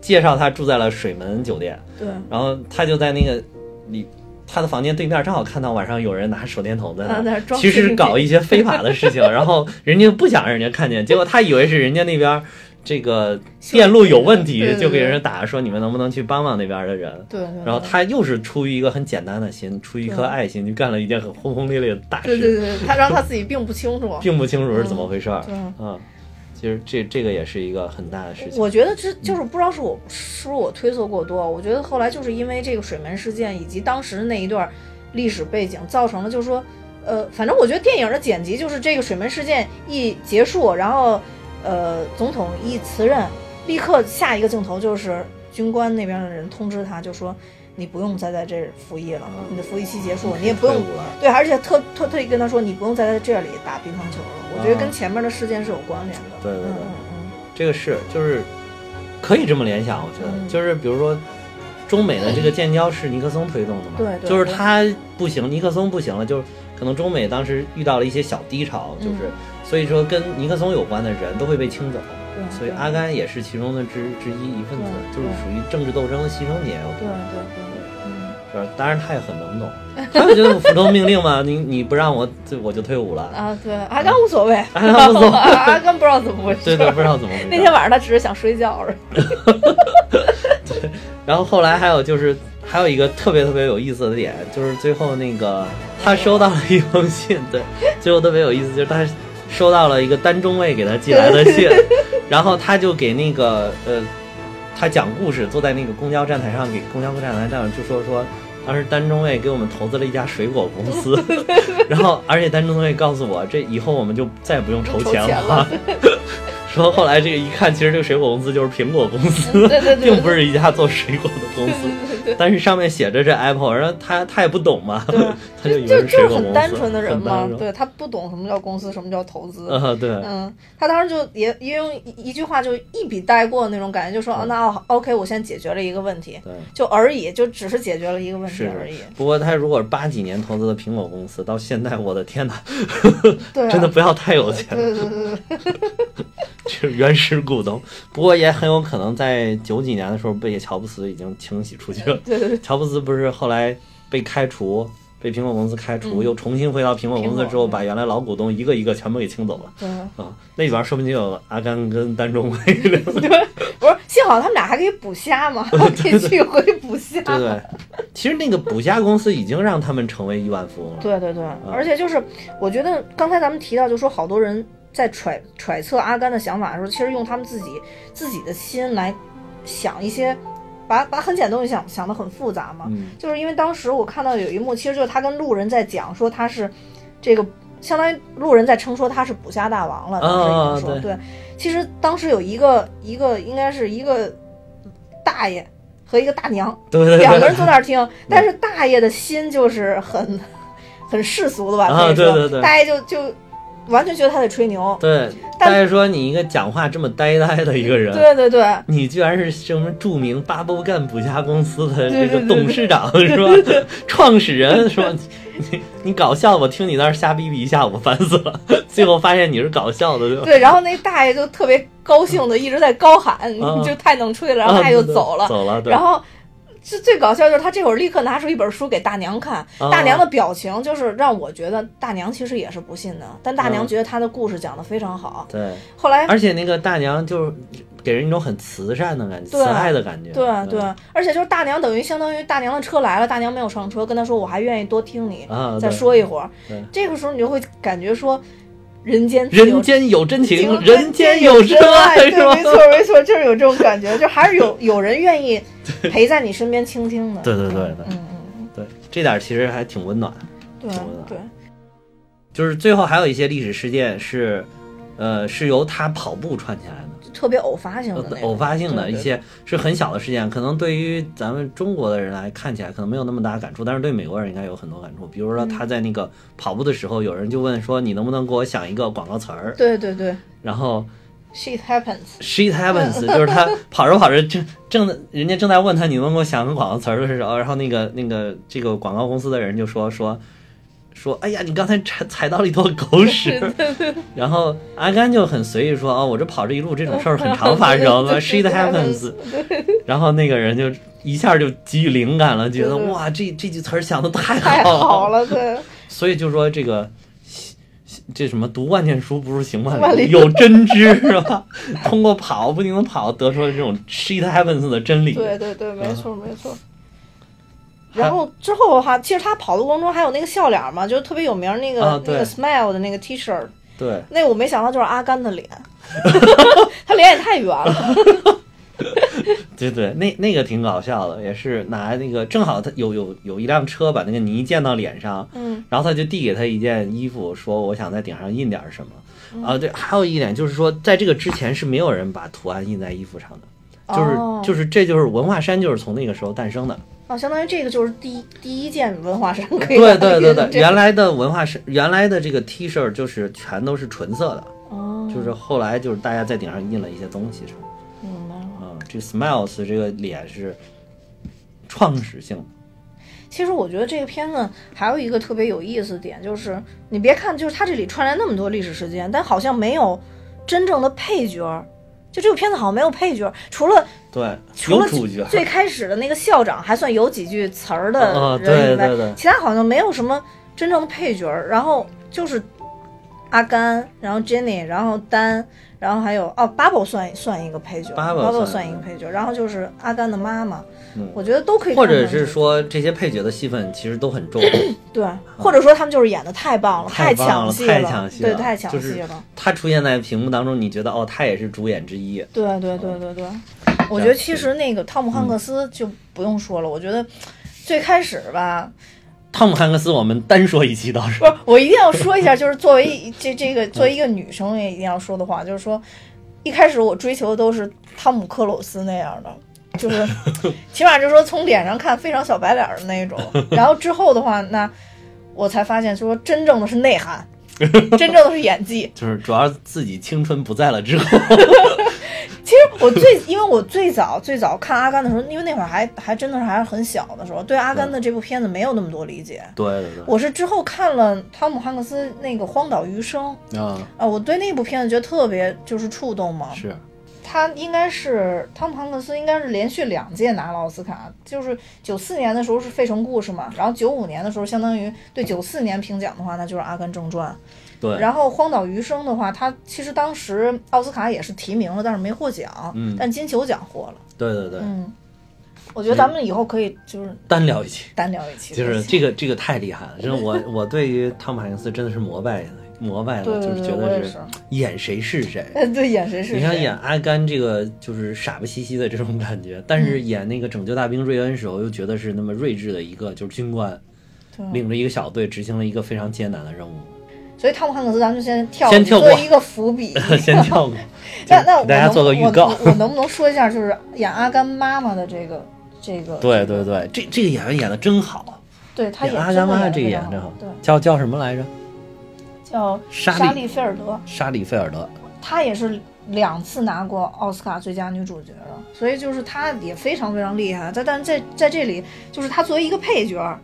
Speaker 2: 介绍他住在了水门酒店，
Speaker 3: 对，
Speaker 2: 然后他就在那个里，他的房间对面正好看到晚上有人拿手电筒在
Speaker 1: 啊在那
Speaker 2: 那
Speaker 1: 儿，装
Speaker 2: 其实是
Speaker 1: CCTV
Speaker 2: 搞一些非法的事情，然后人家不想让人家看见，结果他以为是人家那边儿这个电路有问
Speaker 1: 对对
Speaker 2: 题，
Speaker 1: 对
Speaker 2: 就给人打说你们能不能去帮帮那边的人。
Speaker 1: 对对对
Speaker 2: 然后他又是出于一个很简单的心，出于一颗爱心，就干了一件很轰轰烈烈的大
Speaker 1: 对
Speaker 2: 事，
Speaker 1: 对对，他然后他自己并不清楚。
Speaker 2: 并不清楚是怎么回事儿
Speaker 1: 对。
Speaker 2: 嗯，其实这这个也是一个很大的事情。
Speaker 3: 我觉得这就是不知道是我是不是我推测过多，啊我觉得后来就是因为这个水门事件以及当时那一段历史背景，造成了就是说，呃，反正我觉得电影的剪辑就是这个水门事件一结束，然后呃，总统一辞任，立刻下一个镜头就是军官那边的人通知他，就说你不用再在这儿服役了，你的服役期结束，你也不
Speaker 2: 退
Speaker 3: 用
Speaker 2: 伍了，
Speaker 3: 对，而且特特特意跟他说，你不用再在这里打乒乓球了。我觉得跟前面的事件是有关联的。
Speaker 2: 啊对对对
Speaker 3: 嗯嗯
Speaker 2: 这个是就是可以这么联想，我觉得、
Speaker 3: 嗯
Speaker 2: 就是比如说中美的这个建交是尼克松推动的嘛，
Speaker 3: 对对
Speaker 2: 就是
Speaker 3: 对
Speaker 2: 他不行，尼克松不行了，就是可能中美当时遇到了一些小低潮，就是、所以说跟尼克松有关的人都会被清走，
Speaker 3: 嗯，对
Speaker 2: 所以阿甘也是其中的之之一一份子，
Speaker 3: 对
Speaker 2: 就是
Speaker 3: 对
Speaker 2: 属于政治斗争的牺牲品，我觉
Speaker 3: 对
Speaker 2: 得。
Speaker 3: 对对，嗯，
Speaker 2: 就是当然他也 很能懂，他就觉得我服从命令嘛，你你不让我，就我就退伍了。
Speaker 1: 啊，对，阿甘无所谓，
Speaker 2: 阿甘无所谓
Speaker 1: 阿甘不知道怎么回事。
Speaker 2: 对对，不知道 怎么回事。
Speaker 1: 那天晚上他只是想睡觉而已。
Speaker 2: 然后后来还有就是还有一个特别特别有意思的点，就是最后那个他收到了一封信，对， 最后特别有意思，就是他收到了一个单中尉给他寄来的信，然后他就给那个呃，他讲故事，坐在那个公交站台上给公交站台上就说说。当时单中尉给我们投资了一家水果公司，然后而且单中尉告诉我，这以后我们就再也不用筹
Speaker 1: 不用筹
Speaker 2: 钱
Speaker 1: 钱
Speaker 2: 了。说后来这个一看，其实这个水果公司就是苹果公司，
Speaker 1: 对对对
Speaker 2: 并不是一家做水果的公司。但是上面写着是 Apple，然后他他也不懂嘛， 他就以为
Speaker 1: 就是就
Speaker 2: 水
Speaker 1: 是
Speaker 2: 果公司，
Speaker 1: 很单纯的人
Speaker 2: 很单
Speaker 1: 嘛，
Speaker 2: 纯
Speaker 1: 对他不懂什么叫公司，什么叫投资。
Speaker 2: 啊，对，
Speaker 1: 嗯，他当时就也也用一一句话就一笔带过那种感觉，就说啊，那哦 OK，我现在解决了一个问题，
Speaker 2: 对
Speaker 1: 就而已，就只是解决了一个问题
Speaker 2: 是
Speaker 1: 而已。
Speaker 2: 是。不过他如果是八几年投资的苹果公司，到现在我的天哪，
Speaker 1: 对、啊，
Speaker 2: 真的不要太有钱，
Speaker 1: 对对对对，
Speaker 2: 是原始股东。不过也很有可能在九几年的时候被乔布斯已经清洗出去了。
Speaker 1: 对对对
Speaker 2: 乔布斯不是后来被开除，被苹果公司开除，又重新回到苹果公司之后，
Speaker 1: 嗯苹果嗯
Speaker 2: 把原来老股东一个一个全部给清走了。
Speaker 1: 对，
Speaker 2: 啊，那里边说不定有阿甘跟单中尉两 个
Speaker 1: 不是，幸好他们俩还可以捕虾嘛，可以去回捕虾。
Speaker 2: 对对，其实那个捕虾公司已经让他们成为亿万 富翁了。
Speaker 1: 对对对，
Speaker 2: 嗯
Speaker 1: 而且就是我觉得刚才咱们提到，就说好多人在揣揣测阿甘的想法的时候，其实用他们自己自己的心来想一些，把把很简单的东西想想的很复杂嘛。
Speaker 2: 嗯，
Speaker 1: 就是因为当时我看到有一幕，其实就是他跟路人在讲说他是这个。相当于路人在称说他是捕虾大王了，当时已经说、
Speaker 2: 啊对
Speaker 1: 对。其实当时有一个一个应该是一个大爷和一个大娘，
Speaker 2: 对 对对，
Speaker 1: 两个人坐那儿听，但是大爷的心就是很 很世俗的吧，
Speaker 2: 啊
Speaker 1: 可以说，
Speaker 2: 对对对
Speaker 1: 大爷就就完全觉得他在吹牛，
Speaker 2: 对。
Speaker 1: 但
Speaker 2: 但是说你一个讲话这么呆呆的一个人，
Speaker 1: 对对对
Speaker 2: 你居然是什么著名巴布干捕虾公司的这
Speaker 1: 对
Speaker 2: 个
Speaker 1: 对对
Speaker 2: 董事长是吧？创始人是吧？你你你搞笑，我听你在那儿瞎逼逼一下午，烦死了。 最后发现你是搞笑的，对吧？
Speaker 1: 对，然后那大爷就特别高兴的一直在高喊，
Speaker 2: 啊
Speaker 1: 你就太能吹了，然
Speaker 2: 啊
Speaker 1: 后大爷就
Speaker 2: 对对
Speaker 1: 走了，
Speaker 2: 走了，对
Speaker 1: 然。后。最最搞笑就是他这会儿立刻拿出一本书给大娘看，
Speaker 2: 啊
Speaker 1: 大娘的表情就是让我觉得大娘其实也是不信的，但大娘
Speaker 2: 嗯
Speaker 1: 觉得他的故事讲得非常好。
Speaker 2: 对，
Speaker 1: 后来
Speaker 2: 而且那个大娘就是给人一种很慈善的感觉，
Speaker 1: 对
Speaker 2: 慈爱的感觉。嗯
Speaker 1: 对
Speaker 2: 对
Speaker 1: 对，而且就是大娘等于相当于大娘的车来了，大娘没有上车，跟她说我还愿意多听你、
Speaker 2: 啊
Speaker 1: 再
Speaker 2: 对
Speaker 1: 说一会儿
Speaker 2: 对。
Speaker 1: 这个时候你就会感觉说，人间自有
Speaker 2: 人间有真情，
Speaker 1: 情
Speaker 2: 人间有真
Speaker 1: 真
Speaker 2: 爱，
Speaker 1: 对，
Speaker 2: 是吧
Speaker 1: 没？错没错，就是有这种感觉，就还是有有人愿意陪在你身边倾听的。
Speaker 2: 对对对对
Speaker 1: 嗯嗯嗯，
Speaker 2: 对，这点其实还挺温暖。
Speaker 1: 对
Speaker 2: 我觉得
Speaker 1: 对，
Speaker 2: 就是最后还有一些历史事件是，呃，是由他跑步串起来的，
Speaker 4: 就特别偶发
Speaker 1: 嗯
Speaker 4: 性的那
Speaker 2: 呃偶
Speaker 4: 种。
Speaker 2: 发性的
Speaker 4: 对
Speaker 2: 一些是很小的事件，可能对于咱们中国的人来看起来可能没有那么大感触，但是对美国人应该有很多感触。比如说他在那个跑步的时候，有人就问说你能不能给我想一个广告词儿，
Speaker 4: 对对对
Speaker 2: 然后
Speaker 1: ，shit happens，
Speaker 2: shit happens，就是他跑着跑着正正在人家正在问他你能给我想个广告词儿的时候，然后那个那个这个广告公司的人就说说说，哎呀，你刚才踩踩到了一坨狗屎。然后阿甘就很随意说啊、我这跑这一路这种事儿很常发生
Speaker 1: 对
Speaker 2: ，shit
Speaker 1: 对
Speaker 2: happens。然后那个人就一下就给予灵感了，觉得
Speaker 1: 对对
Speaker 2: 哇，这这句词儿想的太
Speaker 1: 太
Speaker 2: 好
Speaker 1: 好了，对，
Speaker 2: 所以就说这个。这什么读万卷书不如行万
Speaker 1: 万
Speaker 2: 里
Speaker 1: 里
Speaker 2: 路，有真知是吧？ 通过跑不停的跑得出了这种 shit happens 的真理。
Speaker 1: 对对对，没错没错。然后之后的话，其实他跑的过程中还有那个笑脸嘛，就是特别有名儿那个、
Speaker 2: 啊
Speaker 1: 那
Speaker 2: 对
Speaker 1: 个 smile 的那个 T 恤，
Speaker 2: 对
Speaker 1: 那我没想到就是阿甘 的脸，他脸也太圆了。
Speaker 2: 对对，那那个挺搞笑的，也是拿那个正好他有有有一辆车把那个泥溅到脸上，
Speaker 1: 嗯，
Speaker 2: 然后他就递给他一件衣服，说我想在顶上印点什
Speaker 1: 嗯
Speaker 2: 么。啊，对，还有一点就是说，在这个之前是没有人把图案印在衣服上的，就是、
Speaker 1: 哦
Speaker 2: 就是这就是文化衫，就是从那个时候诞生的。
Speaker 1: 啊，相当于这个就是第一第一件文化衫可以把
Speaker 2: 对
Speaker 1: 它
Speaker 2: 对对
Speaker 1: 印
Speaker 2: 对，
Speaker 1: 这
Speaker 2: 原来的文化是原来的这个 T 恤就是全都是纯色的，
Speaker 1: 哦，
Speaker 2: 就是后来就是大家在顶上印了一些东西上。
Speaker 1: 明白了。
Speaker 2: 啊、这 Smiles 这个脸是创始性的，
Speaker 1: 其实我觉得这个片子还有一个特别有意思的点，就是你别看就是它这里串来那么多历史事件，但好像没有真正的配角儿。就这个片子好像没有配角儿，除了
Speaker 2: 对，
Speaker 1: 除
Speaker 2: 有
Speaker 1: 了
Speaker 2: 主角。
Speaker 1: 最开始的那个校长还算有几句词儿
Speaker 2: 啊
Speaker 1: 的人以外，
Speaker 2: 对对对
Speaker 1: 其他好像没有什么真正的配角儿。然后就是阿甘，然后 Jenny，然后丹，然后还有哦 b u b b l e 算算一个配角
Speaker 2: Bubble
Speaker 1: ，Bubble
Speaker 2: 算
Speaker 1: 算一个配角，然后就是阿甘的妈妈，
Speaker 2: 嗯
Speaker 1: 我觉得都可以看
Speaker 2: 或
Speaker 1: 看这个，
Speaker 2: 者是说这些配角的戏份其实都很重，
Speaker 1: 对，或者说他们就是演的 太棒了，
Speaker 2: 太棒
Speaker 1: 抢
Speaker 2: 了
Speaker 1: 戏
Speaker 2: 太抢戏了
Speaker 1: 对，太抢
Speaker 2: 就
Speaker 1: 戏
Speaker 2: 是
Speaker 1: 了，
Speaker 2: 他出现在屏幕当中，你觉得哦，他也是主演之一。
Speaker 1: 对对对对对。我觉得其实那个汤姆汉克斯就不用说了，我觉得最开始吧，
Speaker 2: 汤姆汉克斯，我们单说一期到时
Speaker 1: 不是我一定要说一下，就是作为这这个作为一个女生也一定要说的话，就是说一开始我追求的都是汤姆克鲁斯那样的。就是， 起码就是说从脸上看非常小白脸儿的那种，然后之后的话，那我才发现，就说真正的是内涵， 真正的是演技，
Speaker 2: 就是主要自己青春不在了之后，
Speaker 1: 其实我最，因为我最早最早看阿甘的时候，因为那会儿还还真的是还是很小的时候，对阿甘的这部片子没有那么多理解。
Speaker 2: 对对
Speaker 1: 我是之后看了汤姆汉克斯那个《荒岛余生》
Speaker 2: 对，啊、
Speaker 1: 啊，我对那部片子觉得特别就是触动嘛。
Speaker 2: 是，
Speaker 1: 他应该是汤姆汉克斯应该是连续两届拿了奥斯卡，就是九四年的时候是《费城故事》嘛，然后九五年的时候相当于对九四年评奖的话，那就是《阿甘正传》。
Speaker 2: 对，
Speaker 1: 然后《荒岛余生》的话，他其实当时奥斯卡也是提名了，但是没获奖，
Speaker 2: 嗯
Speaker 1: 但金球奖获了。
Speaker 2: 对对对，
Speaker 1: 嗯，我觉得咱们以后可以就是
Speaker 2: 单聊一期。
Speaker 1: 单聊一期，
Speaker 2: 就是这个这个太厉害了， 真的我我对于汤姆汉克斯真的是膜拜的膜拜
Speaker 1: 对
Speaker 2: 的，
Speaker 1: 对
Speaker 2: 就是
Speaker 1: 对
Speaker 2: 觉
Speaker 1: 我
Speaker 2: 得
Speaker 1: 也
Speaker 2: 是
Speaker 1: 是
Speaker 2: 演谁是谁。
Speaker 1: 呃 对演谁是谁，
Speaker 2: 你像演阿甘这个就是傻不兮兮的这种感觉，但
Speaker 1: 嗯
Speaker 2: 是演那个拯救大兵瑞恩时候，又觉得是那么睿智的一个就是军官，
Speaker 1: 对，
Speaker 2: 领着一个小队执行了一个非常艰难的任务。
Speaker 1: 所以汤姆汉克斯咱们就先跳
Speaker 2: 先跳过
Speaker 1: 作为一个伏 笔。
Speaker 2: 先跳过，就
Speaker 1: 那那我
Speaker 2: 给大家
Speaker 1: 能
Speaker 2: 做个预
Speaker 1: 我。
Speaker 2: 告
Speaker 1: 我我能不能说一下，就是演阿甘妈妈的这个这个？
Speaker 2: 对对对，这这个演员演的真好，
Speaker 1: 对，他演
Speaker 2: 阿
Speaker 1: 真
Speaker 2: 甘
Speaker 1: 的
Speaker 2: 妈妈
Speaker 1: 演
Speaker 2: 这个演
Speaker 1: 演
Speaker 2: 的真好，
Speaker 1: 对，
Speaker 2: 叫叫什么来着？
Speaker 1: 叫
Speaker 2: 莎
Speaker 1: 莎
Speaker 2: 莉
Speaker 1: 莉菲尔德，
Speaker 2: 莎莉菲尔德。
Speaker 1: 她也是两次拿过奥斯卡最佳女主角了，所以就是她也非常非常厉害。但但是在在这里，就是她作为一个配角儿，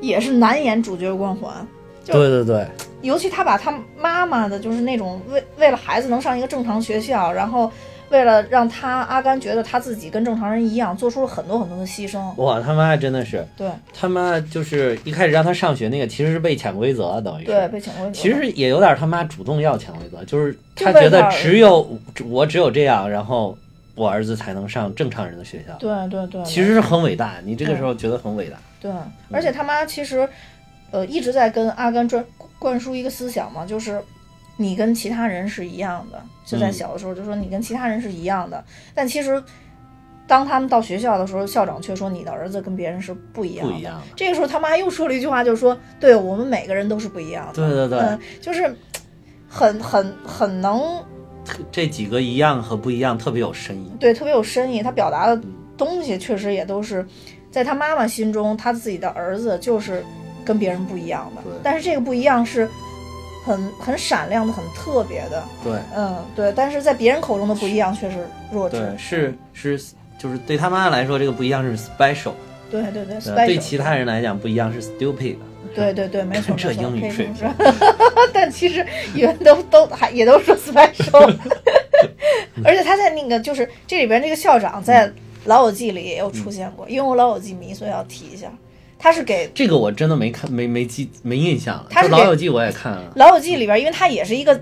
Speaker 1: 也是难掩主角光环。就
Speaker 2: 对对对，
Speaker 1: 尤其她把她妈妈的，就是那种为为了孩子能上一个正常学校，然后为了让她阿甘觉得她自己跟正常人一样，做出了很多很多的牺牲。
Speaker 2: 哇，他妈真的是，
Speaker 1: 对
Speaker 2: 他妈就是一开始让他上学那个，其实是被潜规则，等于是。
Speaker 1: 对，被请过。
Speaker 2: 其实也有点他妈主动要潜规则，就是他
Speaker 1: 就为
Speaker 2: 觉得
Speaker 1: 了
Speaker 2: 只有我只有这样，然后我儿子才能上正常人的学校。
Speaker 1: 对对对，
Speaker 2: 其实嗯是很伟大，你这个时候觉得很伟大。
Speaker 1: 对，而且他妈其实，呃，一直在跟阿甘灌灌输一个思想嘛，就是你跟其他人是一样的。就在
Speaker 2: 嗯
Speaker 1: 小的时候就说你跟其他人是一样的，但其实当他们到学校的时候，校长却说你的儿子跟别人是不一样
Speaker 2: 不
Speaker 1: 的。
Speaker 2: 一样的。
Speaker 1: 这个时候他妈又说了一句话，就是说，对我们每个人都是不一样的。
Speaker 2: 对对对，
Speaker 1: 嗯，就是很很很能
Speaker 2: 这几个一样和不一样特别有深意。
Speaker 1: 对，特别有深意。他表达的
Speaker 2: 嗯
Speaker 1: 东西确实也都是在他妈妈心中，他自己的儿子就是跟别人不一样的
Speaker 2: 对。
Speaker 1: 但是这个不一样是很很闪亮的、很特别的。
Speaker 2: 对
Speaker 1: 嗯，对。但是在别人口中的不一样却是弱智。
Speaker 2: 对，是是，就是对他妈来说，这个不一样是 special，
Speaker 1: 对对对
Speaker 2: 呃对
Speaker 1: special
Speaker 2: 其他人来讲不一样是 stupid。
Speaker 1: 对对对，没错，
Speaker 2: 这
Speaker 1: 没错
Speaker 2: 英
Speaker 1: 可以
Speaker 2: 语
Speaker 1: 这
Speaker 2: 水
Speaker 1: 么
Speaker 2: 平
Speaker 1: 说， 但其实原都都还也都说 special，而且他在那个就是这里边这个校长在《
Speaker 2: 嗯
Speaker 1: 老友记》里也有出现过，因为我《老友记》迷，所以要提一下，他是给《
Speaker 2: 这个我真的没看，没没记，没印象了。
Speaker 1: 他是
Speaker 2: 这《老
Speaker 1: 给
Speaker 2: 友记》我也看了，
Speaker 1: 老友记》里边，因为他也是一个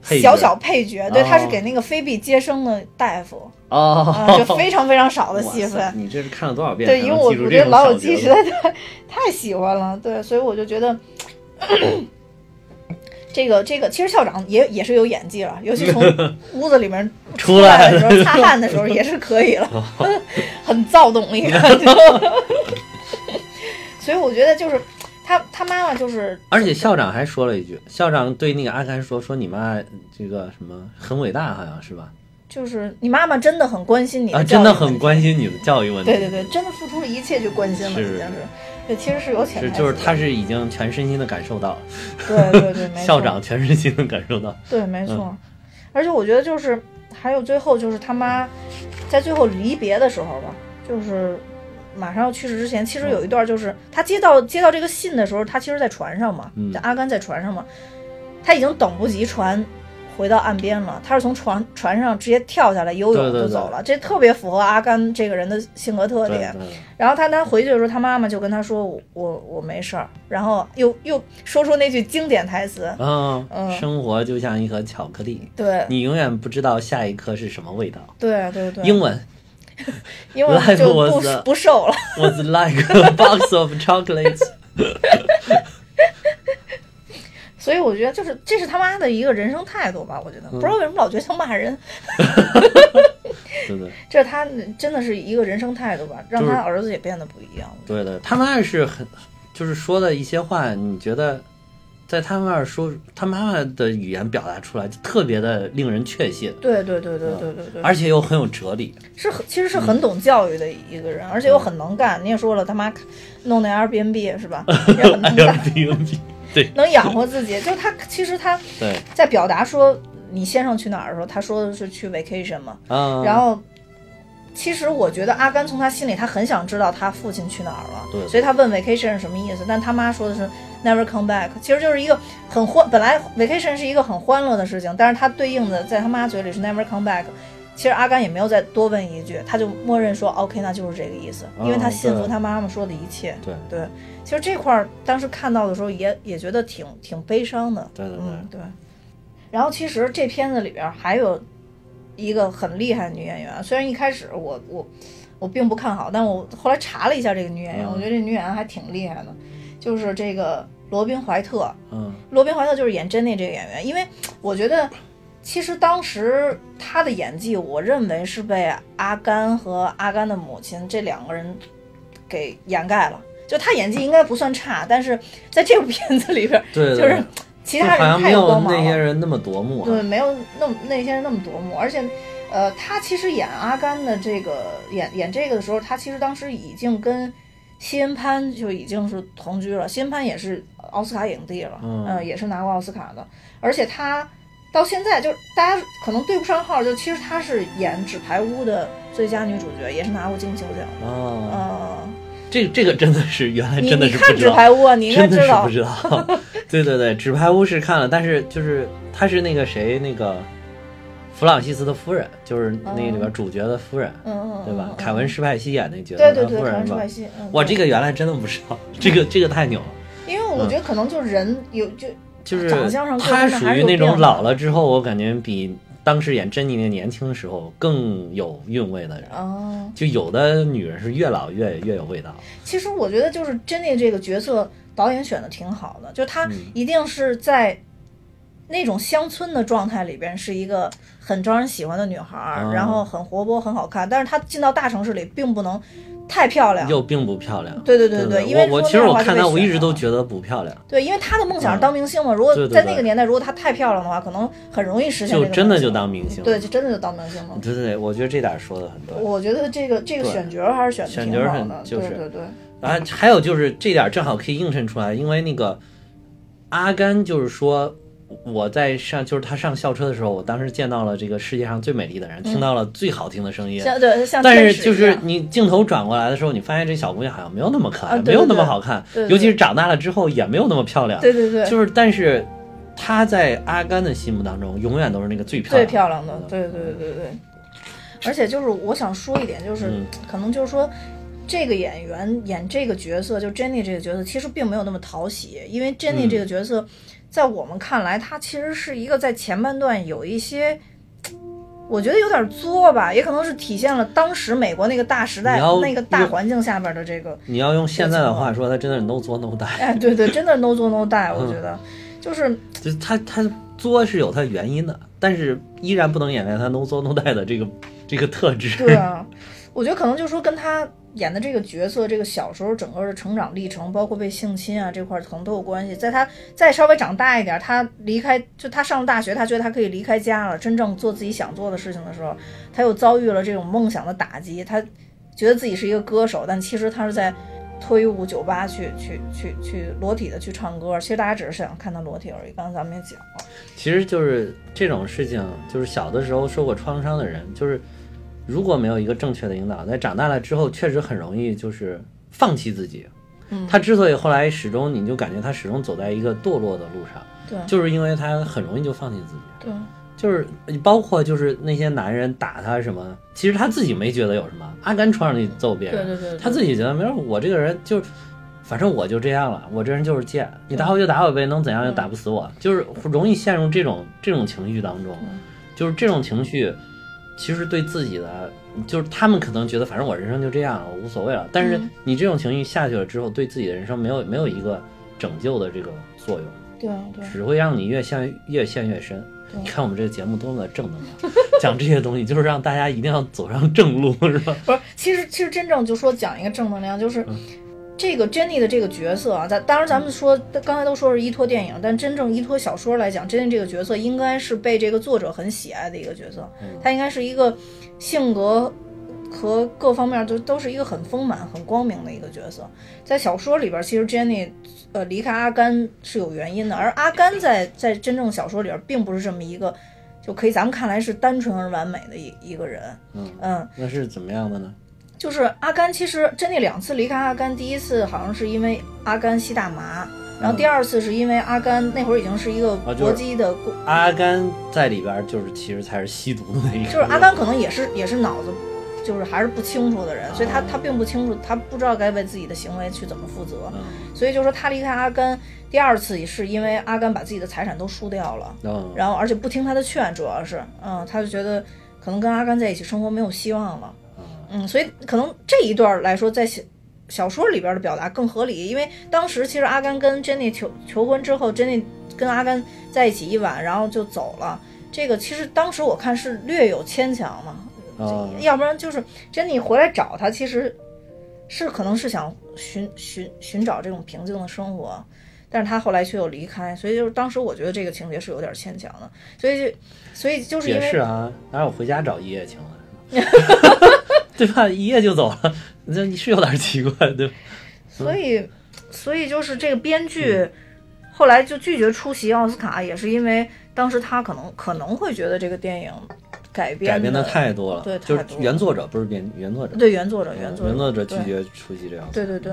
Speaker 2: 配
Speaker 1: 小
Speaker 2: 角
Speaker 1: 小配角，对，他是
Speaker 2: 哦
Speaker 1: 给那个菲比接生的大夫，啊，
Speaker 2: 哦，
Speaker 1: 就非常非常少的
Speaker 2: 哇
Speaker 1: 戏
Speaker 2: 塞
Speaker 1: 份，
Speaker 2: 你这是看了多少遍？
Speaker 1: 对，
Speaker 2: 才
Speaker 1: 因为
Speaker 2: 能
Speaker 1: 我
Speaker 2: 记住
Speaker 1: 我
Speaker 2: 这
Speaker 1: 觉得《
Speaker 2: 种
Speaker 1: 老
Speaker 2: 小
Speaker 1: 友记》
Speaker 2: 角
Speaker 1: 实 在太太喜欢了，对，所以我就觉得。这个这个，其实校长也也是有演技了，尤其从 屋子里面
Speaker 2: 出来
Speaker 1: 的时
Speaker 2: 了，
Speaker 1: 候，擦汗的时候也是可以了， 很躁动 一个感觉。所以我觉得就是他他妈妈就是
Speaker 2: 而且校长还说了一句，校长对那个阿甘说：“说你妈这个什么很伟大，好像是吧？
Speaker 1: 就是你妈妈真的很关心你
Speaker 2: 啊，
Speaker 1: 教育
Speaker 2: 真的
Speaker 1: 问
Speaker 2: 很
Speaker 1: 题
Speaker 2: 关心你的教育问题。
Speaker 1: 对对对，真的付出了一切去关心了，
Speaker 2: 是
Speaker 1: 已经是，对，其实是有潜
Speaker 2: 是
Speaker 1: 台词
Speaker 2: 就是
Speaker 1: 的
Speaker 2: 他是已经全身心的感受到了，
Speaker 1: 对对对， 没错
Speaker 2: 校长全身心的感受到。
Speaker 1: 对，没错。而且我觉得就是还有最后就是他妈在最后离别的时候吧，就是马上要去世之前，其实有一段就是他接到接到这个信的时候，他其实在船上嘛，
Speaker 2: 嗯
Speaker 1: 这阿甘在船上嘛，他已经等不及船。回到岸边了，他是从船船上直接跳下来游泳
Speaker 2: 对对
Speaker 1: 就
Speaker 2: 对
Speaker 1: 走了，这特别符合阿甘这个人的性格特
Speaker 2: 对
Speaker 1: 点。
Speaker 2: 对
Speaker 1: 然后他他回去的时候，他妈妈就跟他说：“我我我没事儿。”然后又又说出那句经典台词，
Speaker 2: 嗯
Speaker 1: 嗯，
Speaker 2: 生活就像一盒巧克力，
Speaker 1: 对
Speaker 2: 你永远不知道下一颗是什么味道。
Speaker 1: 对对对，
Speaker 2: 英文
Speaker 1: 因为我
Speaker 2: Life
Speaker 1: 就
Speaker 2: was
Speaker 1: 不
Speaker 2: a-
Speaker 1: 不瘦了。
Speaker 2: was like a box of chocolates 。
Speaker 1: 所以我觉得就是这是他妈的一个人生态度吧，我
Speaker 2: 嗯
Speaker 1: 觉得不知道为什么老觉得像骂人，
Speaker 2: 对对
Speaker 1: 这是他真的是一个人生态度吧，让
Speaker 2: 就是
Speaker 1: 他儿子也变得不一样。
Speaker 2: 对对，他妈妈是很，就是说的一些话，你觉得在他妈妈说他妈妈的语言表达出来，就特别的令人确信，
Speaker 1: 对对对对对对对，
Speaker 2: 而且又很有哲 理。
Speaker 1: 是很其实是很懂教育的一个
Speaker 2: 嗯
Speaker 1: 人，而且又很能干。你也说了，他妈弄那 Airbnb 是吧，也很能干，
Speaker 2: Airbnb，
Speaker 1: 能养活自己。就是他其实他
Speaker 2: 对
Speaker 1: 在表达说你先生去哪儿的时候，他说的是去 vacation 嘛，
Speaker 2: 啊，
Speaker 1: 然后，其实我觉得阿甘从他心里，他很想知道他父亲去哪儿了，
Speaker 2: 对
Speaker 1: 所以他问 vacation 是什么意思，但他妈说的是 never come back，其实就是一个很欢，本来 vacation 是一个很欢乐的事情，但是他对应的在他妈嘴里是 never come back。其实阿甘也没有再多问一句，他就默认说 OK，那就是这个意思，因为他
Speaker 2: 嗯
Speaker 1: 信服
Speaker 2: 对
Speaker 1: 他妈妈说的一切。
Speaker 2: 嗯对
Speaker 1: 对，其实这块儿当时看到的时候也也觉得挺挺悲伤的。
Speaker 2: 对对对
Speaker 1: 嗯对。然后其实这片子里边儿还有一个很厉害的女演员，虽然一开始我我我并不看好，但我后来查了一下这个女演员，
Speaker 2: 嗯
Speaker 1: 我觉得这女演员还挺厉害的，就是这个罗宾怀特。
Speaker 2: 嗯
Speaker 1: 罗宾怀特就是演珍妮这个演员，因为我觉得其实当时她的演技，我认为是被阿甘和阿甘的母亲这两个人给掩盖了。就她演技应该不算差，但是在这部片子里边，
Speaker 2: 对，对
Speaker 1: 就是
Speaker 2: 对
Speaker 1: 其他
Speaker 2: 就好
Speaker 1: 人
Speaker 2: 像
Speaker 1: 太
Speaker 2: 没
Speaker 1: 光
Speaker 2: 有
Speaker 1: 芒
Speaker 2: 那些
Speaker 1: 了，
Speaker 2: 人那么夺目啊。
Speaker 1: 对，没有那么那些人那么夺目，而且。呃，她其实演阿甘的这个演演这个的时候，她其实当时已经跟西恩潘就已经是同居了，西恩潘也是奥斯卡影帝了，
Speaker 2: 嗯
Speaker 1: 呃也是拿过奥斯卡的，而且她到现在就是大家可能对不上号，就其实她是演《纸牌屋》的最佳女主角，也是拿过金球奖的，
Speaker 2: 啊，
Speaker 1: 呃，
Speaker 2: 这这个真的是原来
Speaker 1: 你
Speaker 2: 真的
Speaker 1: 你
Speaker 2: 是
Speaker 1: 看
Speaker 2: 不
Speaker 1: 《
Speaker 2: 知
Speaker 1: 纸
Speaker 2: 道，
Speaker 1: 牌屋》啊，你应该
Speaker 2: 真的
Speaker 1: 知
Speaker 2: 是
Speaker 1: 道
Speaker 2: 不，知道。 对对对，纸牌屋是看了，但是就是他是那个谁那个弗朗西斯的夫人，就是那里边主角的夫人，
Speaker 1: 嗯嗯，
Speaker 2: 对吧
Speaker 1: 嗯？
Speaker 2: 凯文·施派西演那角
Speaker 1: 对
Speaker 2: 色，
Speaker 1: 对
Speaker 2: 他
Speaker 1: 对，
Speaker 2: 夫
Speaker 1: 凯文
Speaker 2: 人
Speaker 1: ·
Speaker 2: 吧
Speaker 1: 派。西，嗯，
Speaker 2: 哇，
Speaker 1: 对
Speaker 2: 这个原嗯来真的不知道，这个这个太牛了。
Speaker 1: 因为我觉得可能就是人有就
Speaker 2: 就是
Speaker 1: 长相上各
Speaker 2: 他
Speaker 1: 方面
Speaker 2: 属
Speaker 1: 还是
Speaker 2: 于
Speaker 1: 有
Speaker 2: 那
Speaker 1: 变
Speaker 2: 种
Speaker 1: 化
Speaker 2: 老了之后，我感觉比当时演珍妮那年轻的时候更有韵味的人。
Speaker 1: 啊，
Speaker 2: 就有的女人是越老越越有味道，
Speaker 1: 其实我觉得就是珍妮这个角色导演选的挺好的，就她
Speaker 2: 嗯
Speaker 1: 一定是在那种乡村的状态里边是一个很招人喜欢的女孩儿，
Speaker 2: 啊
Speaker 1: 然后很活泼、很好看，但是她进到大城市里并不能太漂亮。
Speaker 2: 又并不漂亮。
Speaker 1: 啊对对对
Speaker 2: 不
Speaker 1: 对，因为
Speaker 2: 我我
Speaker 1: 说那
Speaker 2: 其实
Speaker 1: 样的
Speaker 2: 我
Speaker 1: 话就
Speaker 2: 看
Speaker 1: 被
Speaker 2: 她，我一
Speaker 1: 选
Speaker 2: 直都
Speaker 1: 了
Speaker 2: 觉得不漂亮，
Speaker 1: 对，因为她的梦想是当明星嘛。如果
Speaker 2: 对对
Speaker 1: 在
Speaker 2: 对
Speaker 1: 那个年代，如果她太漂亮的话，可能很容易实现这
Speaker 2: 就
Speaker 1: 个梦想。
Speaker 2: 真的就当明星。
Speaker 1: 对，就真的就当明星了。
Speaker 2: 对对对，我觉得这点儿说的很对。
Speaker 1: 我觉得这个这个
Speaker 2: 对
Speaker 1: 选角儿还是选的
Speaker 2: 选
Speaker 1: 挺
Speaker 2: 角儿
Speaker 1: 好
Speaker 2: 很
Speaker 1: 的，
Speaker 2: 就是
Speaker 1: 对对对，
Speaker 2: 啊，还有就是这点儿正好可以映衬出来，因为那个阿甘就是说，我在上就是他上校车的时候，我当时见到了这个世界上最美丽的人，听到了最好听的声音。
Speaker 1: 嗯像对像
Speaker 2: 但
Speaker 1: 天
Speaker 2: 是
Speaker 1: 使
Speaker 2: 就
Speaker 1: 一
Speaker 2: 是
Speaker 1: 样
Speaker 2: 你镜头转过来的时候，你发现这小姑娘好像没有那么可爱，
Speaker 1: 啊对
Speaker 2: 没有那
Speaker 1: 对
Speaker 2: 么
Speaker 1: 对
Speaker 2: 好看，
Speaker 1: 对对
Speaker 2: 尤其是长大了之后也没有那么漂亮。
Speaker 1: 对对对，
Speaker 2: 就是但是她在阿甘的心目当中，永远都是那个最漂
Speaker 1: 最
Speaker 2: 亮。
Speaker 1: 漂亮的，对对对对对。而且就是我想说一点，就是、
Speaker 2: 嗯
Speaker 1: 可能就是说，这个演员演这个角色，就 Jenny 这个角色，其实并没有那么讨喜，因为 Jenny
Speaker 2: 嗯
Speaker 1: 这个角色，在我们看来，她其实是一个在前半段有一些。我觉得有点作吧，也可能是体现了当时美国那个大时代
Speaker 2: 你要、
Speaker 1: 那个大环境下边的这个
Speaker 2: 你要用现在的话说，她真的是 no 作 no die。
Speaker 1: 哎，对对，真的 no 做 no die，我
Speaker 2: 嗯
Speaker 1: 觉得就是
Speaker 2: 就是他他作是有他原因的，但是依然不能掩盖他 no 作 no die 的这个这个特质。
Speaker 1: 对啊， 我觉得可能就说跟他演的这个角色，这个小时候整个的成长历程，包括被性侵啊这块儿，可能都有关系。在他再稍微长大一点，他离开就他上了大学，他觉得他可以离开家了，真正做自己想做的事情的时候，他又遭遇了这种梦想的打击，他觉得自己是一个歌手，但其实他是在。脱衣舞酒吧去去去去裸体的去唱歌，其实大家只是想看他裸体而已。刚才咱们也讲了，
Speaker 2: 其实就是这种事情，就是小的时候受过创伤的人，就是如果没有一个正确的引导，在长大了之后，确实很容易就是放弃自己。
Speaker 1: 嗯
Speaker 2: 他之所以后来始终，你就感觉他始终走在一个堕落的路上，
Speaker 1: 对
Speaker 2: 就是因为他很容易就放弃自己。
Speaker 1: 对，
Speaker 2: 就是包括就是那些男人打他什么，其实他自己没觉得有什么。阿甘穿上去揍别人，
Speaker 1: 对对对对
Speaker 2: 他自己觉得没有，我这个人就，反正我就这样了，我这人就是贱，你打我就打我呗，能怎样又打不死我，就是容易陷入这种这种情绪当中，就是这种情绪，其实对自己的。就是他们可能觉得，反正我人生就这样，我无所谓了。但是你这种情绪下去了之后，对自己的人生没有没有一个拯救的这个作用。
Speaker 1: 对啊对啊
Speaker 2: 只会让你越陷越陷越深。
Speaker 1: 对
Speaker 2: 你看我们这个节目多么的正能量，讲这些东西就是让大家一定要走上正路，是吧？
Speaker 1: 不是，其实其实真正就说讲一个正能量，就是这个 Jenny 的这个角色啊，咱当然咱们说刚才都说是依托电影，但真正依托小说来讲，Jenny 这个角色应该是被这个作者很喜爱的一个角色，她应该是一个性格。和各方面都都是一个很丰满、很光明的一个角色，在小说里边，其实 Jenny，呃，离开阿甘是有原因的，而阿甘在在真正小说里边，并不是这么一个，就可以咱们看来是单纯而完美的一一个人，
Speaker 2: 嗯
Speaker 1: 嗯，
Speaker 2: 那是怎么样的呢？
Speaker 1: 就是阿甘，其实珍妮两次离开阿甘，第一次好像是因为阿甘吸大麻，然后第二次是因为阿甘那会儿已经是一个
Speaker 2: 嗯啊就是
Speaker 1: 搏击的过，
Speaker 2: 阿甘在里边就是其实才是吸毒的那一
Speaker 1: 就
Speaker 2: 个，
Speaker 1: 是阿甘可能也是也是脑子就是还是不清楚的人，所以
Speaker 2: 哦
Speaker 1: 他他并不清楚，他不知道该为自己的行为去怎么负责，
Speaker 2: 嗯，
Speaker 1: 所以就说他离开阿甘第二次也是因为阿甘把自己的财产都输掉了，
Speaker 2: 嗯，
Speaker 1: 然后而且不听他的劝，主要是嗯，他就觉得可能跟阿甘在一起生活没有希望了。
Speaker 2: 嗯
Speaker 1: 嗯，所以可能这一段儿来说，在小小说里边儿的表达更合理，因为当时其实阿甘跟 Jenny 求求婚之后，Jenny 跟阿甘在一起一晚，然后就走了。这个其实当时我看是略有牵强嘛，
Speaker 2: 嗯
Speaker 1: 要不然就是 Jenny 回来找他，其实是可能是想寻寻寻找这种平静的生活，但是他后来却又离开，所以就是当时我觉得这个情节是有点牵强的，所以就所以就是因
Speaker 2: 也
Speaker 1: 为
Speaker 2: 是啊，哪有回家找一夜情的？是吧 对吧？一夜就走了，那你是有点奇怪，对吧？
Speaker 1: 所
Speaker 2: 嗯
Speaker 1: 以，所以就是这个编剧后来就拒绝出席奥斯卡，也是因为当时他可能可能会觉得这个电影改编
Speaker 2: 改编的太多了，
Speaker 1: 对
Speaker 2: 就是
Speaker 1: 太多了
Speaker 2: 原作者不是编原作者，
Speaker 1: 对原作者
Speaker 2: 嗯
Speaker 1: 原作者
Speaker 2: 原作者拒
Speaker 1: 对
Speaker 2: 绝出席这样，
Speaker 1: 对对对，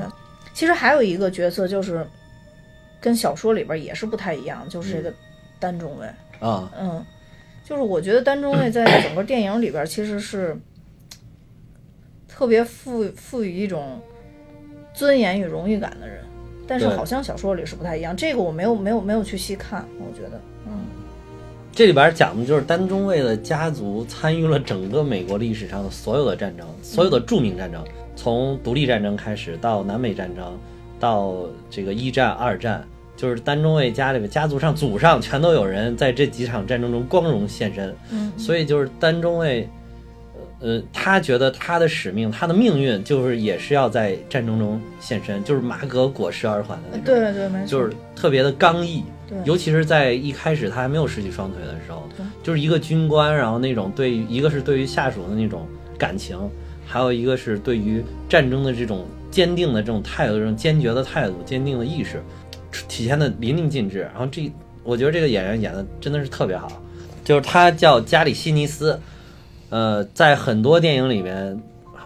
Speaker 1: 其实还有一个角色就是跟小说里边也是不太一样，就是这
Speaker 2: 嗯
Speaker 1: 个单中尉。
Speaker 2: 啊，
Speaker 1: 嗯，就是我觉得单中尉 在整个电影里边其实是特别赋赋予一种尊严与荣誉感的人，但是
Speaker 2: 对
Speaker 1: 好像小说里是不太一样。这个我没有没有没有去细看，我觉得，嗯，
Speaker 2: 这里边讲的就是单中尉的家族参与了整个美国历史上的所有的战争，所有的著名战争，从独立战争开始，到南北战争，到这个一战、二战，就是单中尉家里边家族上祖上全都有人在这几场战争中光荣献身，
Speaker 1: 嗯，
Speaker 2: 所以就是单中尉，呃，他觉得他的使命，他的命运就是也是要在战争中献身，就是马革裹尸而还的那种，
Speaker 1: 对对，没错，
Speaker 2: 嗯就是特别的刚毅
Speaker 1: 对，
Speaker 2: 尤其是在一开始他还没有失去双腿的时候
Speaker 1: 对，
Speaker 2: 就是一个军官，然后那种对于一个是对于下属的那种感情，还有一个是对于战争的这种坚定的这种态度，这种坚决的态度、坚定的意识，体现的淋漓尽致。然后这我觉得这个演员演的真的是特别好，就是他叫加里西尼斯，呃，在很多电影里面，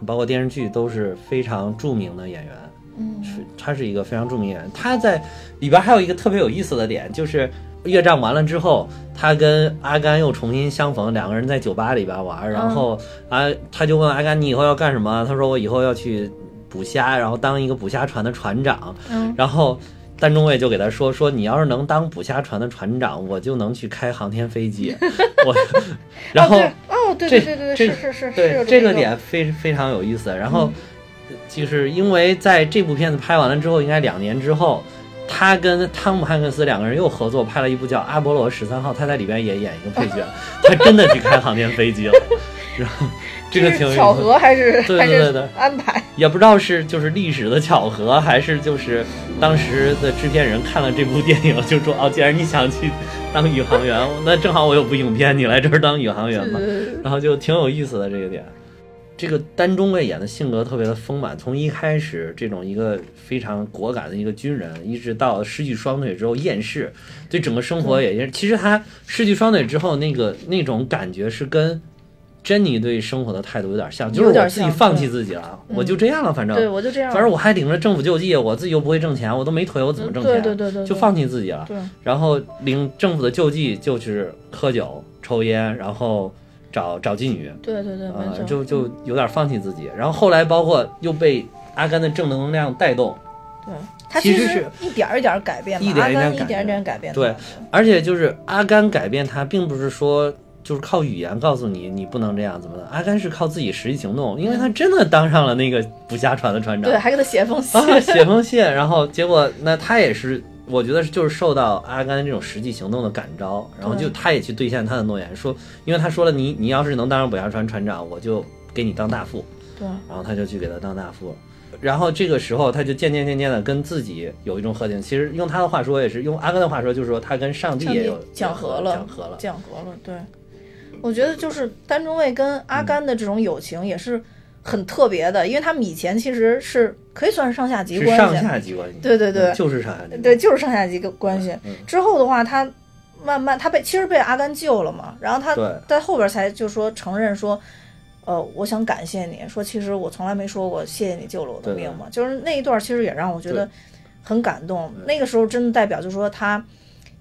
Speaker 2: 包括电视剧都是非常著名的演员。
Speaker 1: 嗯
Speaker 2: 是他是一个非常著名的演员。他在里边还有一个特别有意思的点，就是越战完了之后，他跟阿甘又重新相逢，两个人在酒吧里边玩，
Speaker 1: 嗯
Speaker 2: 然后啊，他就问阿甘你以后要干什么？他说我以后要去捕虾，然后当一个捕虾船的船长。
Speaker 1: 嗯
Speaker 2: 然后。单中尉就给他说说，你要是能当捕虾船的船长，我就能去开航天飞机。我， 然后、
Speaker 1: 哦对哦对对对对
Speaker 2: 这
Speaker 1: 对，是是是是有
Speaker 2: 对这
Speaker 1: 么
Speaker 2: 个
Speaker 1: 一
Speaker 2: 点非非常有意思。然后，就是因为在这部片子拍完了之后，应该两年之后，他跟汤姆汉克斯两个人又合作拍了一部叫《阿波罗十三号》，他在里边也演一个配 角，他真的去开航天飞机了。然后这个挺有
Speaker 1: 是
Speaker 2: 意
Speaker 1: 巧
Speaker 2: 思的，
Speaker 1: 合还是
Speaker 2: 对
Speaker 1: 还
Speaker 2: 对对
Speaker 1: 是
Speaker 2: 对
Speaker 1: 安排？
Speaker 2: 也不知道是就是历史的巧合，还是就是当时的制片人看了这部电影就说哦，既然你想去当宇航员，那正好我有部影片，你来这儿当宇航员吧。
Speaker 1: 是
Speaker 2: 然后就挺有意思的这个点。这个丹中尉演的性格特别的丰满，从一开始这种一个非常果敢的一个军人，一直到失去双腿之后厌世，对整个生活也厌。其实他失去双腿之后，那个那种感觉是跟珍妮对生活的态度有点像，就是
Speaker 1: 有点
Speaker 2: 我自己
Speaker 1: 像
Speaker 2: 放弃自己了，我就这样了，反正
Speaker 1: 对，我就这样。
Speaker 2: 反正我还领着政府救济，我自己又不会挣钱，我都没腿，我怎么挣钱？
Speaker 1: 对对对对，
Speaker 2: 就
Speaker 1: 对
Speaker 2: 放弃自己了。
Speaker 1: 对
Speaker 2: 然后领政府的救济就是喝酒、抽烟，然后找找妓女，
Speaker 1: 对对对，没
Speaker 2: 呃，
Speaker 1: 错，
Speaker 2: 就就有点放弃自己。然后后来包括又被阿甘的正能量带动，
Speaker 1: 对。他
Speaker 2: 其
Speaker 1: 其
Speaker 2: 实
Speaker 1: 实一点儿一点儿改变嘛，
Speaker 2: 一点儿
Speaker 1: 阿
Speaker 2: 一点儿
Speaker 1: 甘
Speaker 2: 改
Speaker 1: 一点儿一点儿改变他
Speaker 2: 对
Speaker 1: 的。
Speaker 2: 而且就是阿甘改变他，并不是说。就是靠语言告诉你你不能这样怎么的，阿甘是靠自己实际行动，因为他真的当上了那个捕虾船的船长，
Speaker 1: 对，还给他写封信。
Speaker 2: 啊，写封信，然后结果那他也是，我觉得是就是受到阿甘这种实际行动的感召，然后
Speaker 1: 对
Speaker 2: 就他也去兑现他的诺言，说，因为他说了你你要是能当上北洋船船长，我就给你当大副，
Speaker 1: 对，
Speaker 2: 然后他就去给他当大副，然后这个时候他就渐渐渐渐的跟自己有一种和解，其实用他的话说也是，用阿甘的话说就是说他跟上帝
Speaker 1: 上
Speaker 2: 也
Speaker 1: 帝
Speaker 2: 有
Speaker 1: 讲和了
Speaker 2: 讲和了，
Speaker 1: 讲和了。对，我觉得就是丹中尉跟
Speaker 2: 嗯
Speaker 1: 阿甘的这种友情也是很特别的，因为他们以前其实是可以算是上下级
Speaker 2: 是
Speaker 1: 关
Speaker 2: 上
Speaker 1: 系，啊
Speaker 2: 下级关系，
Speaker 1: 对对对
Speaker 2: 就是上下级关系，
Speaker 1: 对，就是上下级的关系。
Speaker 2: 嗯
Speaker 1: 之后的话，他慢慢他被其实被阿甘救了嘛，然后他
Speaker 2: 对
Speaker 1: 在后边才就说承认说。呃，我想感谢你，说其实我从来没说过谢谢你救了我的
Speaker 2: 对对
Speaker 1: 命嘛，就是那一段其实也让我觉得
Speaker 2: 对
Speaker 1: 很感动。
Speaker 2: 对
Speaker 1: 那个时候真的代表就是说他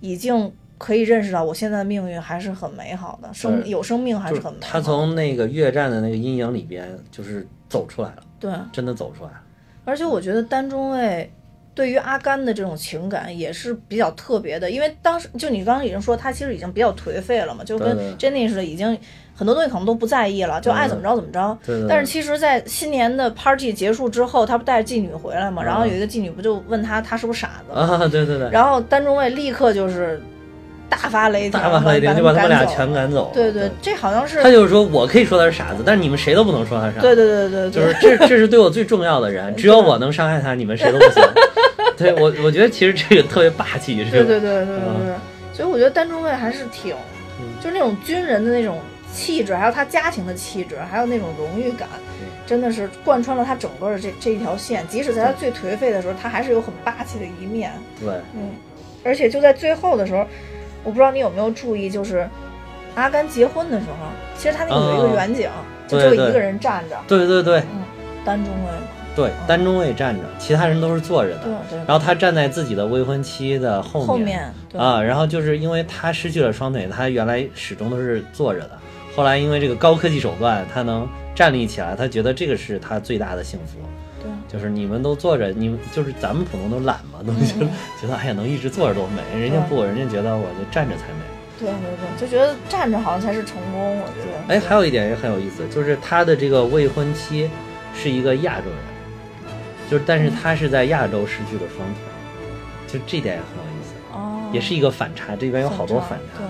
Speaker 1: 已经可以认识到我现在的命运还是很美好的，生
Speaker 2: 对
Speaker 1: 有生命还
Speaker 2: 就是是
Speaker 1: 很美好的。
Speaker 2: 他从那个越战的那个阴影里边就是走出来了，
Speaker 1: 对，
Speaker 2: 真的走出来了。
Speaker 1: 而且我觉得单中尉对于阿甘的这种情感也是比较特别的，因为当时就你刚刚已经说他其实已经比较颓废了嘛，就
Speaker 2: 对对
Speaker 1: 跟珍妮似的，已经很多东西可能都不在意了，就爱怎么着怎么着。
Speaker 2: 对对
Speaker 1: 但是其实，在新年的 party 结束之后，他不带着妓女回来
Speaker 2: 嗯
Speaker 1: 嘛，然后有一个妓女不就问他他是不是傻子，
Speaker 2: 啊，对对对，
Speaker 1: 然后单中尉立刻就是大发雷霆，
Speaker 2: 大发雷霆就把
Speaker 1: 把们
Speaker 2: 他们俩
Speaker 1: 赶走
Speaker 2: 全赶走。
Speaker 1: 对对，这好像是
Speaker 2: 他就是说我可以说他是傻子，但是你们谁都不能说他是傻子。
Speaker 1: 对对对对对，
Speaker 2: 就是这这是对我最重要的人，只有我能伤害他，你们谁都不行。 对我，我觉得其实这个特别霸气，这
Speaker 1: 对
Speaker 2: 个
Speaker 1: 对对对对对，所以我觉得单中尉还是挺，
Speaker 2: 嗯
Speaker 1: 就是那种军人的那种气质，还有他家庭的气质，还有那种荣誉感，真的是贯穿了他整个的这这一条线。即使在他最颓废的时候，他还是有很霸气的一面。
Speaker 2: 对
Speaker 1: 嗯，而且就在最后的时候，我不知道你有没有注意，就是阿甘结婚的时候，其实他那个有一
Speaker 2: 啊
Speaker 1: 个远景，就
Speaker 2: 对
Speaker 1: 只有
Speaker 2: 对啊
Speaker 1: 一个人站着，
Speaker 2: 对对对
Speaker 1: 单中尉。
Speaker 2: 对，单中尉站着，其他人都是坐着
Speaker 1: 对
Speaker 2: 的。
Speaker 1: 对，
Speaker 2: 然后他站在自己的未婚妻的后
Speaker 1: 后面对
Speaker 2: 啊，然后就是因为他失去了双腿，他原来始终都是坐着的。后来因为这个高科技手段，他能站立起来，他觉得这个是他最大的幸福。
Speaker 1: 对
Speaker 2: 就是你们都坐着，你们就是咱们普通都懒嘛，都
Speaker 1: 嗯
Speaker 2: 觉得 觉得哎呀能一直坐着多美，人家不，人家觉得我就站着才美。
Speaker 1: 对对对，就觉得站着好像才是成功，我觉得。
Speaker 2: 哎，还有一点也很有意思，就是他的这个未婚妻是一个亚洲人，就是但是他是在亚洲失去了双腿，就这点也很有意思。
Speaker 1: 哦
Speaker 2: 也是一个反差，这边有好多嗯反差。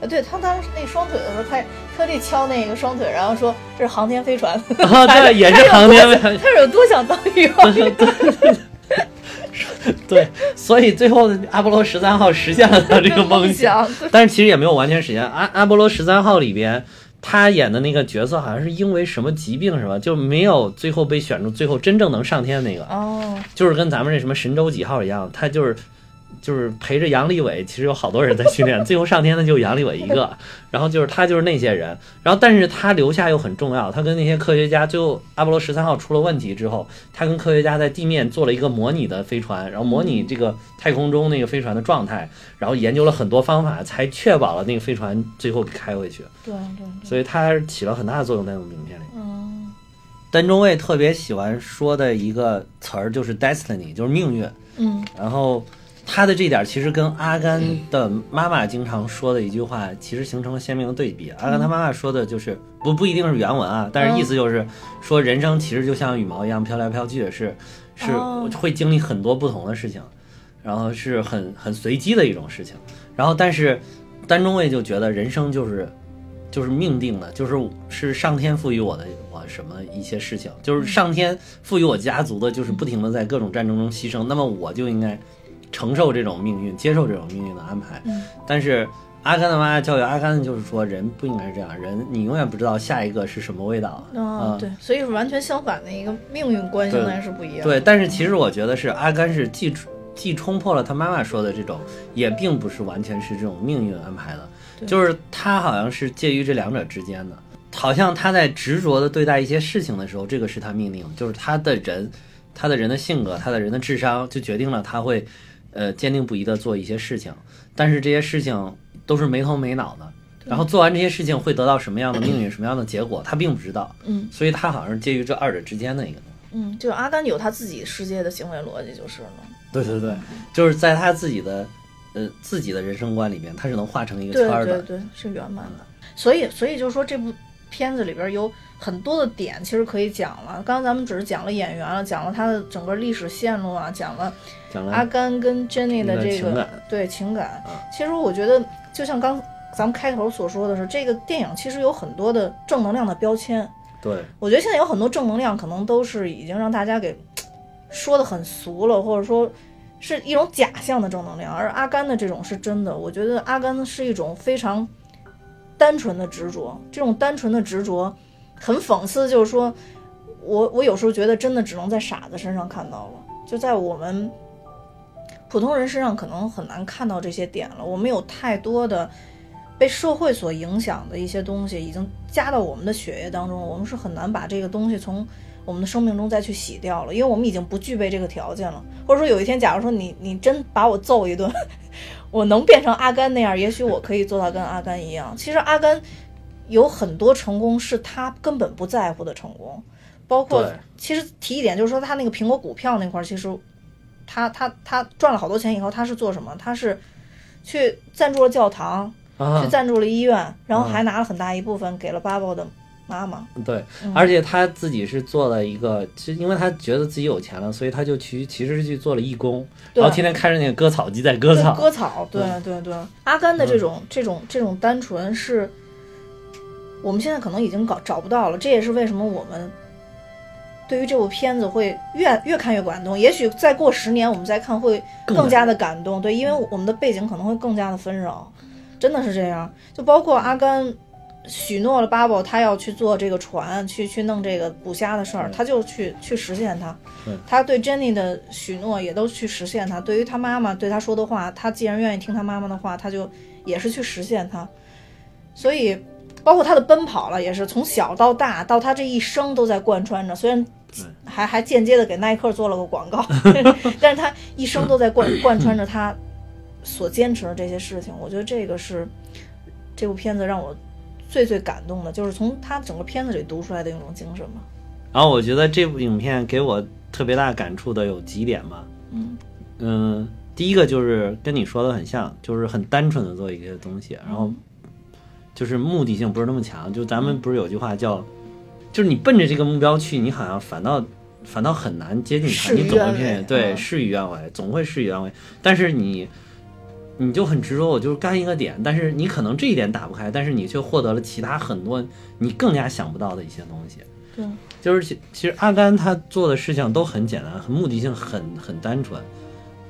Speaker 1: 呃，对他当时那双腿的时候，他特地敲那个双腿，然后说这是航天飞船，
Speaker 2: 啊， 对，也是航天飞 船。
Speaker 1: 他是有多想当宇 航员？
Speaker 2: 对，所以最后阿波罗十三号实现了他这个梦想，
Speaker 1: 想，
Speaker 2: 但是其实也没有完全实现。阿阿波罗十三号里边，他演的那个角色好像是因为什么疾病是吧？就没有最后被选出，最后真正能上天的那个，
Speaker 1: 哦，
Speaker 2: 就是跟咱们这什么神舟几号一样，他就是。就是陪着杨利伟，其实有好多人在训 练，最后上天的就杨利伟一个，然后就是他就是那些人，然后但是他留下又很重要，他跟那些科学家，最后阿波罗十三号出了问题之后，他跟科学家在地面做了一个模拟的飞船，然后模拟这个太空中那个飞船的状态，然后研究了很多方法，才确保了那个飞船最后给开回去，
Speaker 1: 对对对，
Speaker 2: 所以他起了很大的作用在那部影片里。
Speaker 1: 嗯，
Speaker 2: 单中尉特别喜欢说的一个词儿就是 destiny，就是命运。
Speaker 1: 嗯，
Speaker 2: 然后他的这点儿其实跟阿甘的妈妈经常说的一句话，其实形成了鲜明的对比。阿甘他妈妈说的就是不不一定是原文啊，但是意思就是说人生其实就像羽毛一样飘来飘去，是是
Speaker 1: 哦
Speaker 2: 会经历很多不同的事情，然后是很很随机的一种事情。然后但是单中尉就觉得人生就是。就是命定的，就是是上天赋予我的我什么一些事情，就是上天赋予我家族的，就是不停的在各种战争中牺牲，那么我就应该承受这种命运，接受这种命运的安排。
Speaker 1: 嗯
Speaker 2: 但是阿甘的妈妈教育阿甘的就是说，人不应该是这样，人你永远不知道下一个是什么味道。
Speaker 1: 哦，
Speaker 2: 嗯
Speaker 1: 对，所以是完全相反的一个命运关系
Speaker 2: 对
Speaker 1: 那是不一样。
Speaker 2: 对，但是其实我觉得是阿甘是既既冲破了他妈妈说的这种，也并不是完全是这种命运安排的，
Speaker 1: 对
Speaker 2: 就是他好像是介于这两者之间的，好像他在执着的对待一些事情的时候，这个是他命令，就是他的人，他的人的性格，他的人的智商，就决定了他会，呃，坚定不移的做一些事情，但是这些事情都是没头没脑的。然后做完这些事情会得到什么样的命运，什么样的结果，他并不知道。
Speaker 1: 嗯，
Speaker 2: 所以他好像是介于这二者之间的一个。
Speaker 1: 嗯，就是阿甘有他自己世界的行为逻辑，就是了。
Speaker 2: 对对对，就是在他自己的呃自己的人生观里面，他是能画成一个圈儿
Speaker 1: 对
Speaker 2: 的。
Speaker 1: 对，是圆满的。所以，所以就是说，这部片子里边有很多的点，其实可以讲了。刚刚咱们只是讲了演员了，讲了他的整个历史线路啊，讲了
Speaker 2: 讲
Speaker 1: 阿
Speaker 2: 了
Speaker 1: 甘跟 Jenny 的
Speaker 2: 那
Speaker 1: 这
Speaker 2: 情
Speaker 1: 个
Speaker 2: 感
Speaker 1: 对情感
Speaker 2: 啊。
Speaker 1: 其实我觉得，就像刚咱们开头所说的是，这个电影其实有很多的正能量的标签。
Speaker 2: 对
Speaker 1: 我觉得现在有很多正能量，可能都是已经让大家给说的很俗了，或者说是一种假象的正能量，而阿甘的这种是真的。我觉得阿甘是一种非常单纯的执着，这种单纯的执着很讽刺，就是说我我有时候觉得真的只能在傻子身上看到了，就在我们普通人身上可能很难看到这些点了。我们有太多的被社会所影响的一些东西，已经加到我们的血液当中，我们是很难把这个东西从我们的生命中再去洗掉了，因为我们已经不具备这个条件了。或者说有一天，假如说你你真把我揍一顿， 我能变成阿甘那样，也许我可以做到跟阿甘一样。其实阿甘有很多成功是他根本不在乎的成功，包括
Speaker 2: 对
Speaker 1: 其实提一点就是说他那个苹果股票那块儿，其实他他他赚了好多钱以后，他是做什么？他是去赞助了教堂，
Speaker 2: 啊
Speaker 1: 去，赞助了医院，然后
Speaker 2: 啊
Speaker 1: 还拿了很大一部分给了巴宝的妈妈。
Speaker 2: 对，
Speaker 1: 嗯
Speaker 2: 而且他自己是做了一个，其实因为他觉得自己有钱了，所以他就去其实是去做了义工，
Speaker 1: 对
Speaker 2: 然后天天开着那个割草机在割
Speaker 1: 对
Speaker 2: 草。嗯
Speaker 1: 割草，对对对，阿甘的这种、这种这种单纯是，我们现在可能已经搞找不到了，这也是为什么我们对于这部片子会越越看越感动。也许再过十年我们再看会
Speaker 2: 更
Speaker 1: 更加的感动，对，因为我们的背景可能会更加的纷扰，真的是这样。就包括阿甘。许诺了巴宝，他要去做这个船，去去弄这个捕虾的事
Speaker 2: 嗯
Speaker 1: 儿，他就去去实现它。他对 Jenny 的许诺也都去实现他，对于他妈妈对他说的话，他既然愿意听他妈妈的话，他就也是去实现他。所以，包括他的奔跑了，也是从小到大到他这一生都在贯穿着。虽然还还间接的给耐克做了个广告， 但是他一生都在贯贯穿着他所坚持的这些事情。我觉得这个是这部片子让我最最感动的，就是从他整个片子里读出来的那种精神吧。
Speaker 2: 然后我觉得这部影片给我特别大感触的有几点嘛，
Speaker 1: 嗯
Speaker 2: 嗯、第一个就是跟你说的很像，就是很单纯的做一些东西，然
Speaker 1: 嗯
Speaker 2: 后就是目的性不是那么强。就咱们不是有句话
Speaker 1: 嗯
Speaker 2: 叫，就是你奔着这个目标去，你好像反倒反倒很难接近它，
Speaker 1: 事与
Speaker 2: 你总会
Speaker 1: 愿违
Speaker 2: 偏对
Speaker 1: 嗯
Speaker 2: 事与愿违，总会事与愿违。但是你你就很执着，我就是干一个点，但是你可能这一点打不开，但是你却获得了其他很多你更加想不到的一些东西。
Speaker 1: 对，
Speaker 2: 就是其其实阿甘他做的事情都很简单，很目的性很很单纯，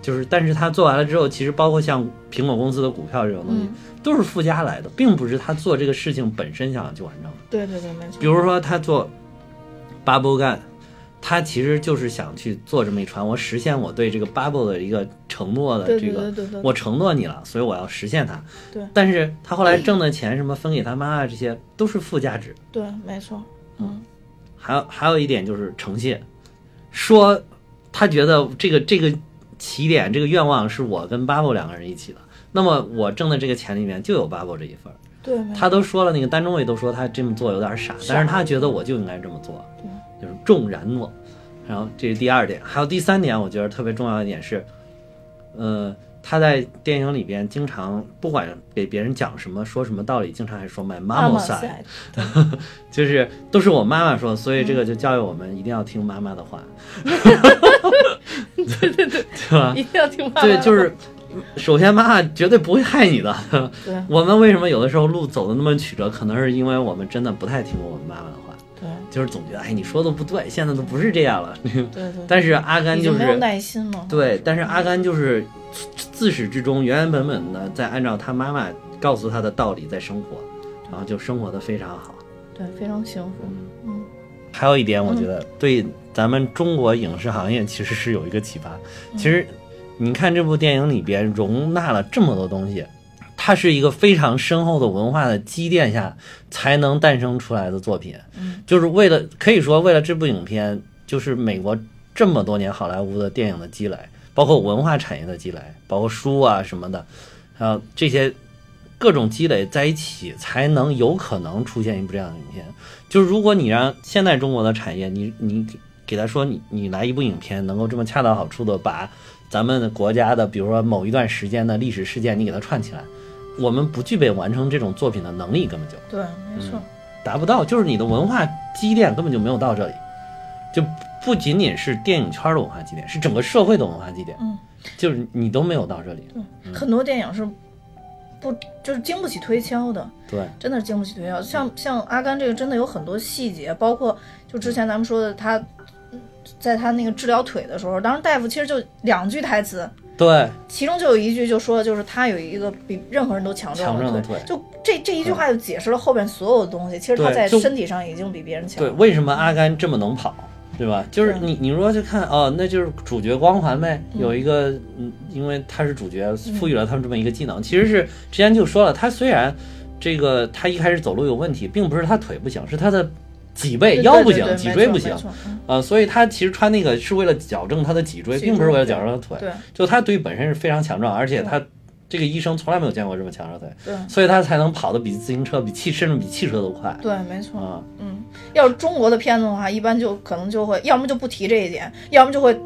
Speaker 2: 就是但是他做完了之后，其实包括像苹果公司的股票这种东西，
Speaker 1: 嗯
Speaker 2: 都是附加来的，并不是他做这个事情本身想要去完成。
Speaker 5: 对对对，没错
Speaker 2: 比。如说他做 bubble gun，他其实就是想去做这么一船，我实现我对这个 bubble 的一个承诺的
Speaker 5: 对
Speaker 2: 这
Speaker 5: 对
Speaker 2: 个，
Speaker 5: 对对对
Speaker 2: 我承诺你了，所以我要实现它。
Speaker 5: 对
Speaker 2: 但是他后来挣的钱什么分给他妈啊，这些都是附加值。
Speaker 5: 对，没错。
Speaker 1: 嗯
Speaker 2: 还有还有一点就是诚信，说他觉得这个这个起点这个愿望是我跟 bubble 两个人一起的，那么我挣的这个钱里面就有 bubble 这一份儿。
Speaker 5: 对，
Speaker 1: 嗯
Speaker 5: 没错。
Speaker 2: 他都说了，那个单中尉都说他这么做有点傻，但是他觉得我就应该这么做，就是重然诺。然后这是第二点，还有第三点，我觉得特别重要的一点是，呃，他在电影里边经常不管给别人讲什么说什么道理，经常还说 my mama
Speaker 5: 塞
Speaker 2: said，就是都是我妈妈说，
Speaker 5: 嗯
Speaker 2: 所以这个就教育我们一定要听妈妈的话， 对对对，对吧？
Speaker 5: 一定要听爸爸。
Speaker 2: 对， 就是首先妈妈绝对不会害你的。
Speaker 5: 对
Speaker 2: 我们为什么有的时候路走的那么曲折，可能是因为我们真的不太听我们妈妈的话，
Speaker 5: 对
Speaker 2: 就是总觉得哎你说的不对，现在都不是这样了。
Speaker 5: 对对，
Speaker 2: 但是阿甘
Speaker 5: 嗯已
Speaker 2: 就
Speaker 5: 经没有
Speaker 2: 是
Speaker 5: 耐心了。
Speaker 2: 对，但是阿甘就是自始至终原原本本的在按照他妈妈告诉他的道理在生活，然后就生活的非常好。
Speaker 5: 对，非常幸福。
Speaker 2: 还有一点，我觉得对咱们中国影视行业其实是有一个启发。其实，你看这部电影里边容纳了这么多东西，它是一个非常深厚的文化的积淀下才能诞生出来的作品。就是为了可以说为了这部影片，就是美国这么多年好莱坞的电影的积累，包括文化产业的积累，包括书啊什么的，还有这些各种积累在一起，才能有可能出现一部这样的影片。就是如果你让现在中国的产业，你你给给他说你你来一部影片，能够这么恰到好处的把咱们国家的，比如说某一段时间的历史事件，你给它串起来，我们不具备完成这种作品的能力，根本就
Speaker 5: 对，没错。
Speaker 2: 达不到，就是你的文化积淀根本就没有到这里，就不仅仅是电影圈的文化积淀，是整个社会的文化积淀，
Speaker 1: 嗯，
Speaker 2: 就是你都没有到这里，
Speaker 1: 很多电影是不就是经不起推敲的，
Speaker 2: 对，
Speaker 1: 真的是经不起推敲。像像阿甘这个，真的有很多细节，包括就之前咱们说的他。在他那个治疗腿的时候，当时大夫其实就两句台词，
Speaker 2: 对，
Speaker 1: 其中就有一句就说，就是他有一个比任何人都强壮
Speaker 2: 强壮的
Speaker 1: 腿
Speaker 2: 腿，
Speaker 1: 就这这一句话就解释了后边所有的东西。其实他
Speaker 2: 对
Speaker 1: 在
Speaker 2: 就
Speaker 1: 身体上已经比别人强
Speaker 2: 对，，为什么阿甘这么能跑，对吧？
Speaker 1: 嗯
Speaker 2: 就是你，你如果去看哦，那就是主角光环呗，有一个，嗯，因为他是主角，赋予了他们这么一个技
Speaker 1: 嗯
Speaker 2: 能。其实是之前就说了，他虽然这个他一开始走路有问题，并不是他腿不行，是他的脊背、
Speaker 1: 对
Speaker 2: 腰不
Speaker 1: 对
Speaker 2: 行，
Speaker 1: 对
Speaker 2: 脊
Speaker 1: 没
Speaker 2: 椎
Speaker 1: 错
Speaker 2: 不
Speaker 1: 没
Speaker 2: 行，
Speaker 1: 错嗯
Speaker 2: 啊，所以他其实穿那个是为了矫正他的脊椎，
Speaker 1: 脊
Speaker 2: 并不是
Speaker 1: 椎
Speaker 2: 为了
Speaker 1: 对
Speaker 2: 矫正他的腿。
Speaker 1: 对嗯
Speaker 2: 就他腿本身是非常强壮，而且他这个医生从来没有见过这么强壮的腿，
Speaker 1: 对
Speaker 2: 所以他才能跑得比自行车、比汽甚至比汽车都快啊。
Speaker 1: 对，没错。 嗯，要是中国的片子的话，一般就可能就会，要么就不提这一点，要么就会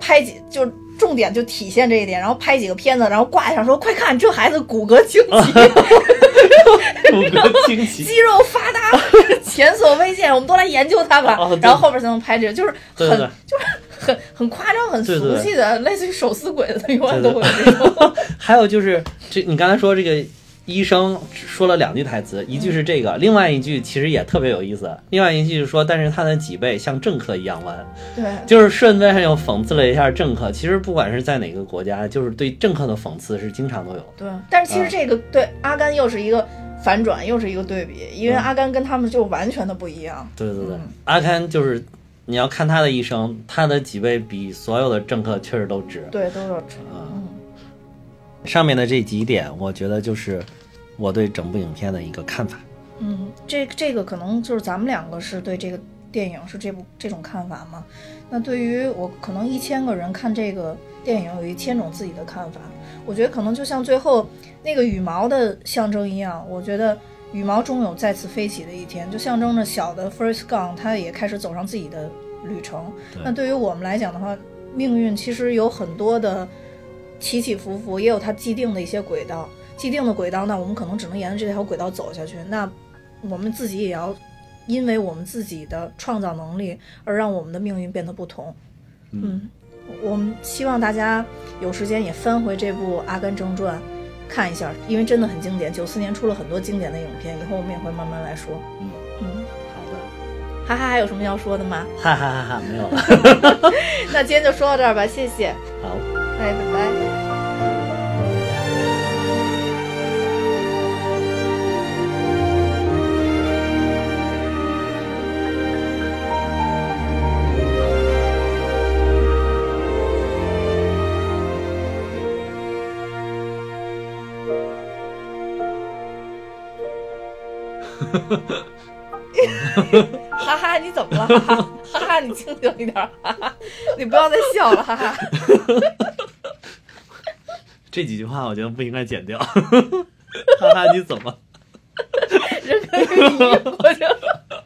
Speaker 1: 拍几就重点就体现这一点，然后拍几个片子，然后挂上说快看这孩子骨骼清奇，
Speaker 2: 骨骼惊奇，
Speaker 1: 肌肉发达， 前所未见，我们都来研究它吧。
Speaker 2: 哦对
Speaker 1: 然后后边才能拍这个，就是很
Speaker 2: 对对对
Speaker 1: 就是很很夸张、很
Speaker 2: 对对
Speaker 1: 俗
Speaker 2: 对
Speaker 1: 气的，类似于手撕鬼子，永远
Speaker 2: 对
Speaker 1: 都
Speaker 2: 对
Speaker 1: 会有这 种。
Speaker 2: 还有就是，这你刚才说这个医生说了两句台词，一句是这个，另外一句其实也特别有意思。另外一句是说，但是他的脊背像政客一样弯，
Speaker 1: 对
Speaker 2: 就是顺便又讽刺了一下政客。其实不管是在哪个国家，就是对政客的讽刺是经常都有。
Speaker 1: 对，但
Speaker 2: 啊
Speaker 1: 是其实这个对阿甘又是一个反转，又是一个对比，因为
Speaker 2: 嗯
Speaker 1: 阿甘跟他们就完全的不一样。
Speaker 2: 对对对
Speaker 1: 嗯，
Speaker 2: 阿甘就是你要看他的一生，他的脊背比所有的政客确实都直。
Speaker 1: 对，都有出
Speaker 2: 嗯，上面的这几点，我觉得就是我对整部影片的一个看法。
Speaker 1: 嗯，这这个可能就是咱们两个是对这个电影是这部这种看法嘛？那对于我可能一千个人看这个电影，有一千种自己的看法。我觉得可能就像最后那个羽毛的象征一样，我觉得羽毛终有再次飞起的一天，就象征着小的 First Gun 它也开始走上自己的旅程。那对于我们来讲的话，命运其实有很多的起起伏伏，也有它既定的一些轨道。既定的轨道，那我们可能只能沿着这条轨道走下去。那我们自己也要，因为我们自己的创造能力，而让我们的命运变得不同。嗯，我们希望大家有时间也翻回这部《阿甘正传》，看一下，因为真的很经典。九四年出了很多经典的影片，以后我们也会慢慢来说。
Speaker 2: 嗯，
Speaker 1: 嗯，
Speaker 2: 好的，
Speaker 1: 哈哈，还有什么要说的吗？
Speaker 2: 哈哈哈哈，没有了，
Speaker 1: 那今天就说到这儿吧，谢谢，
Speaker 2: 好。
Speaker 1: 哎，拜拜。
Speaker 5: 哈哈，你怎么了？哈哈，哈哈，你清醒一点，哈哈，你不要再笑了，哈哈。
Speaker 2: 这几句话我觉得不应该剪掉。 哈哈，你怎么？
Speaker 5: 人可以晕过去了。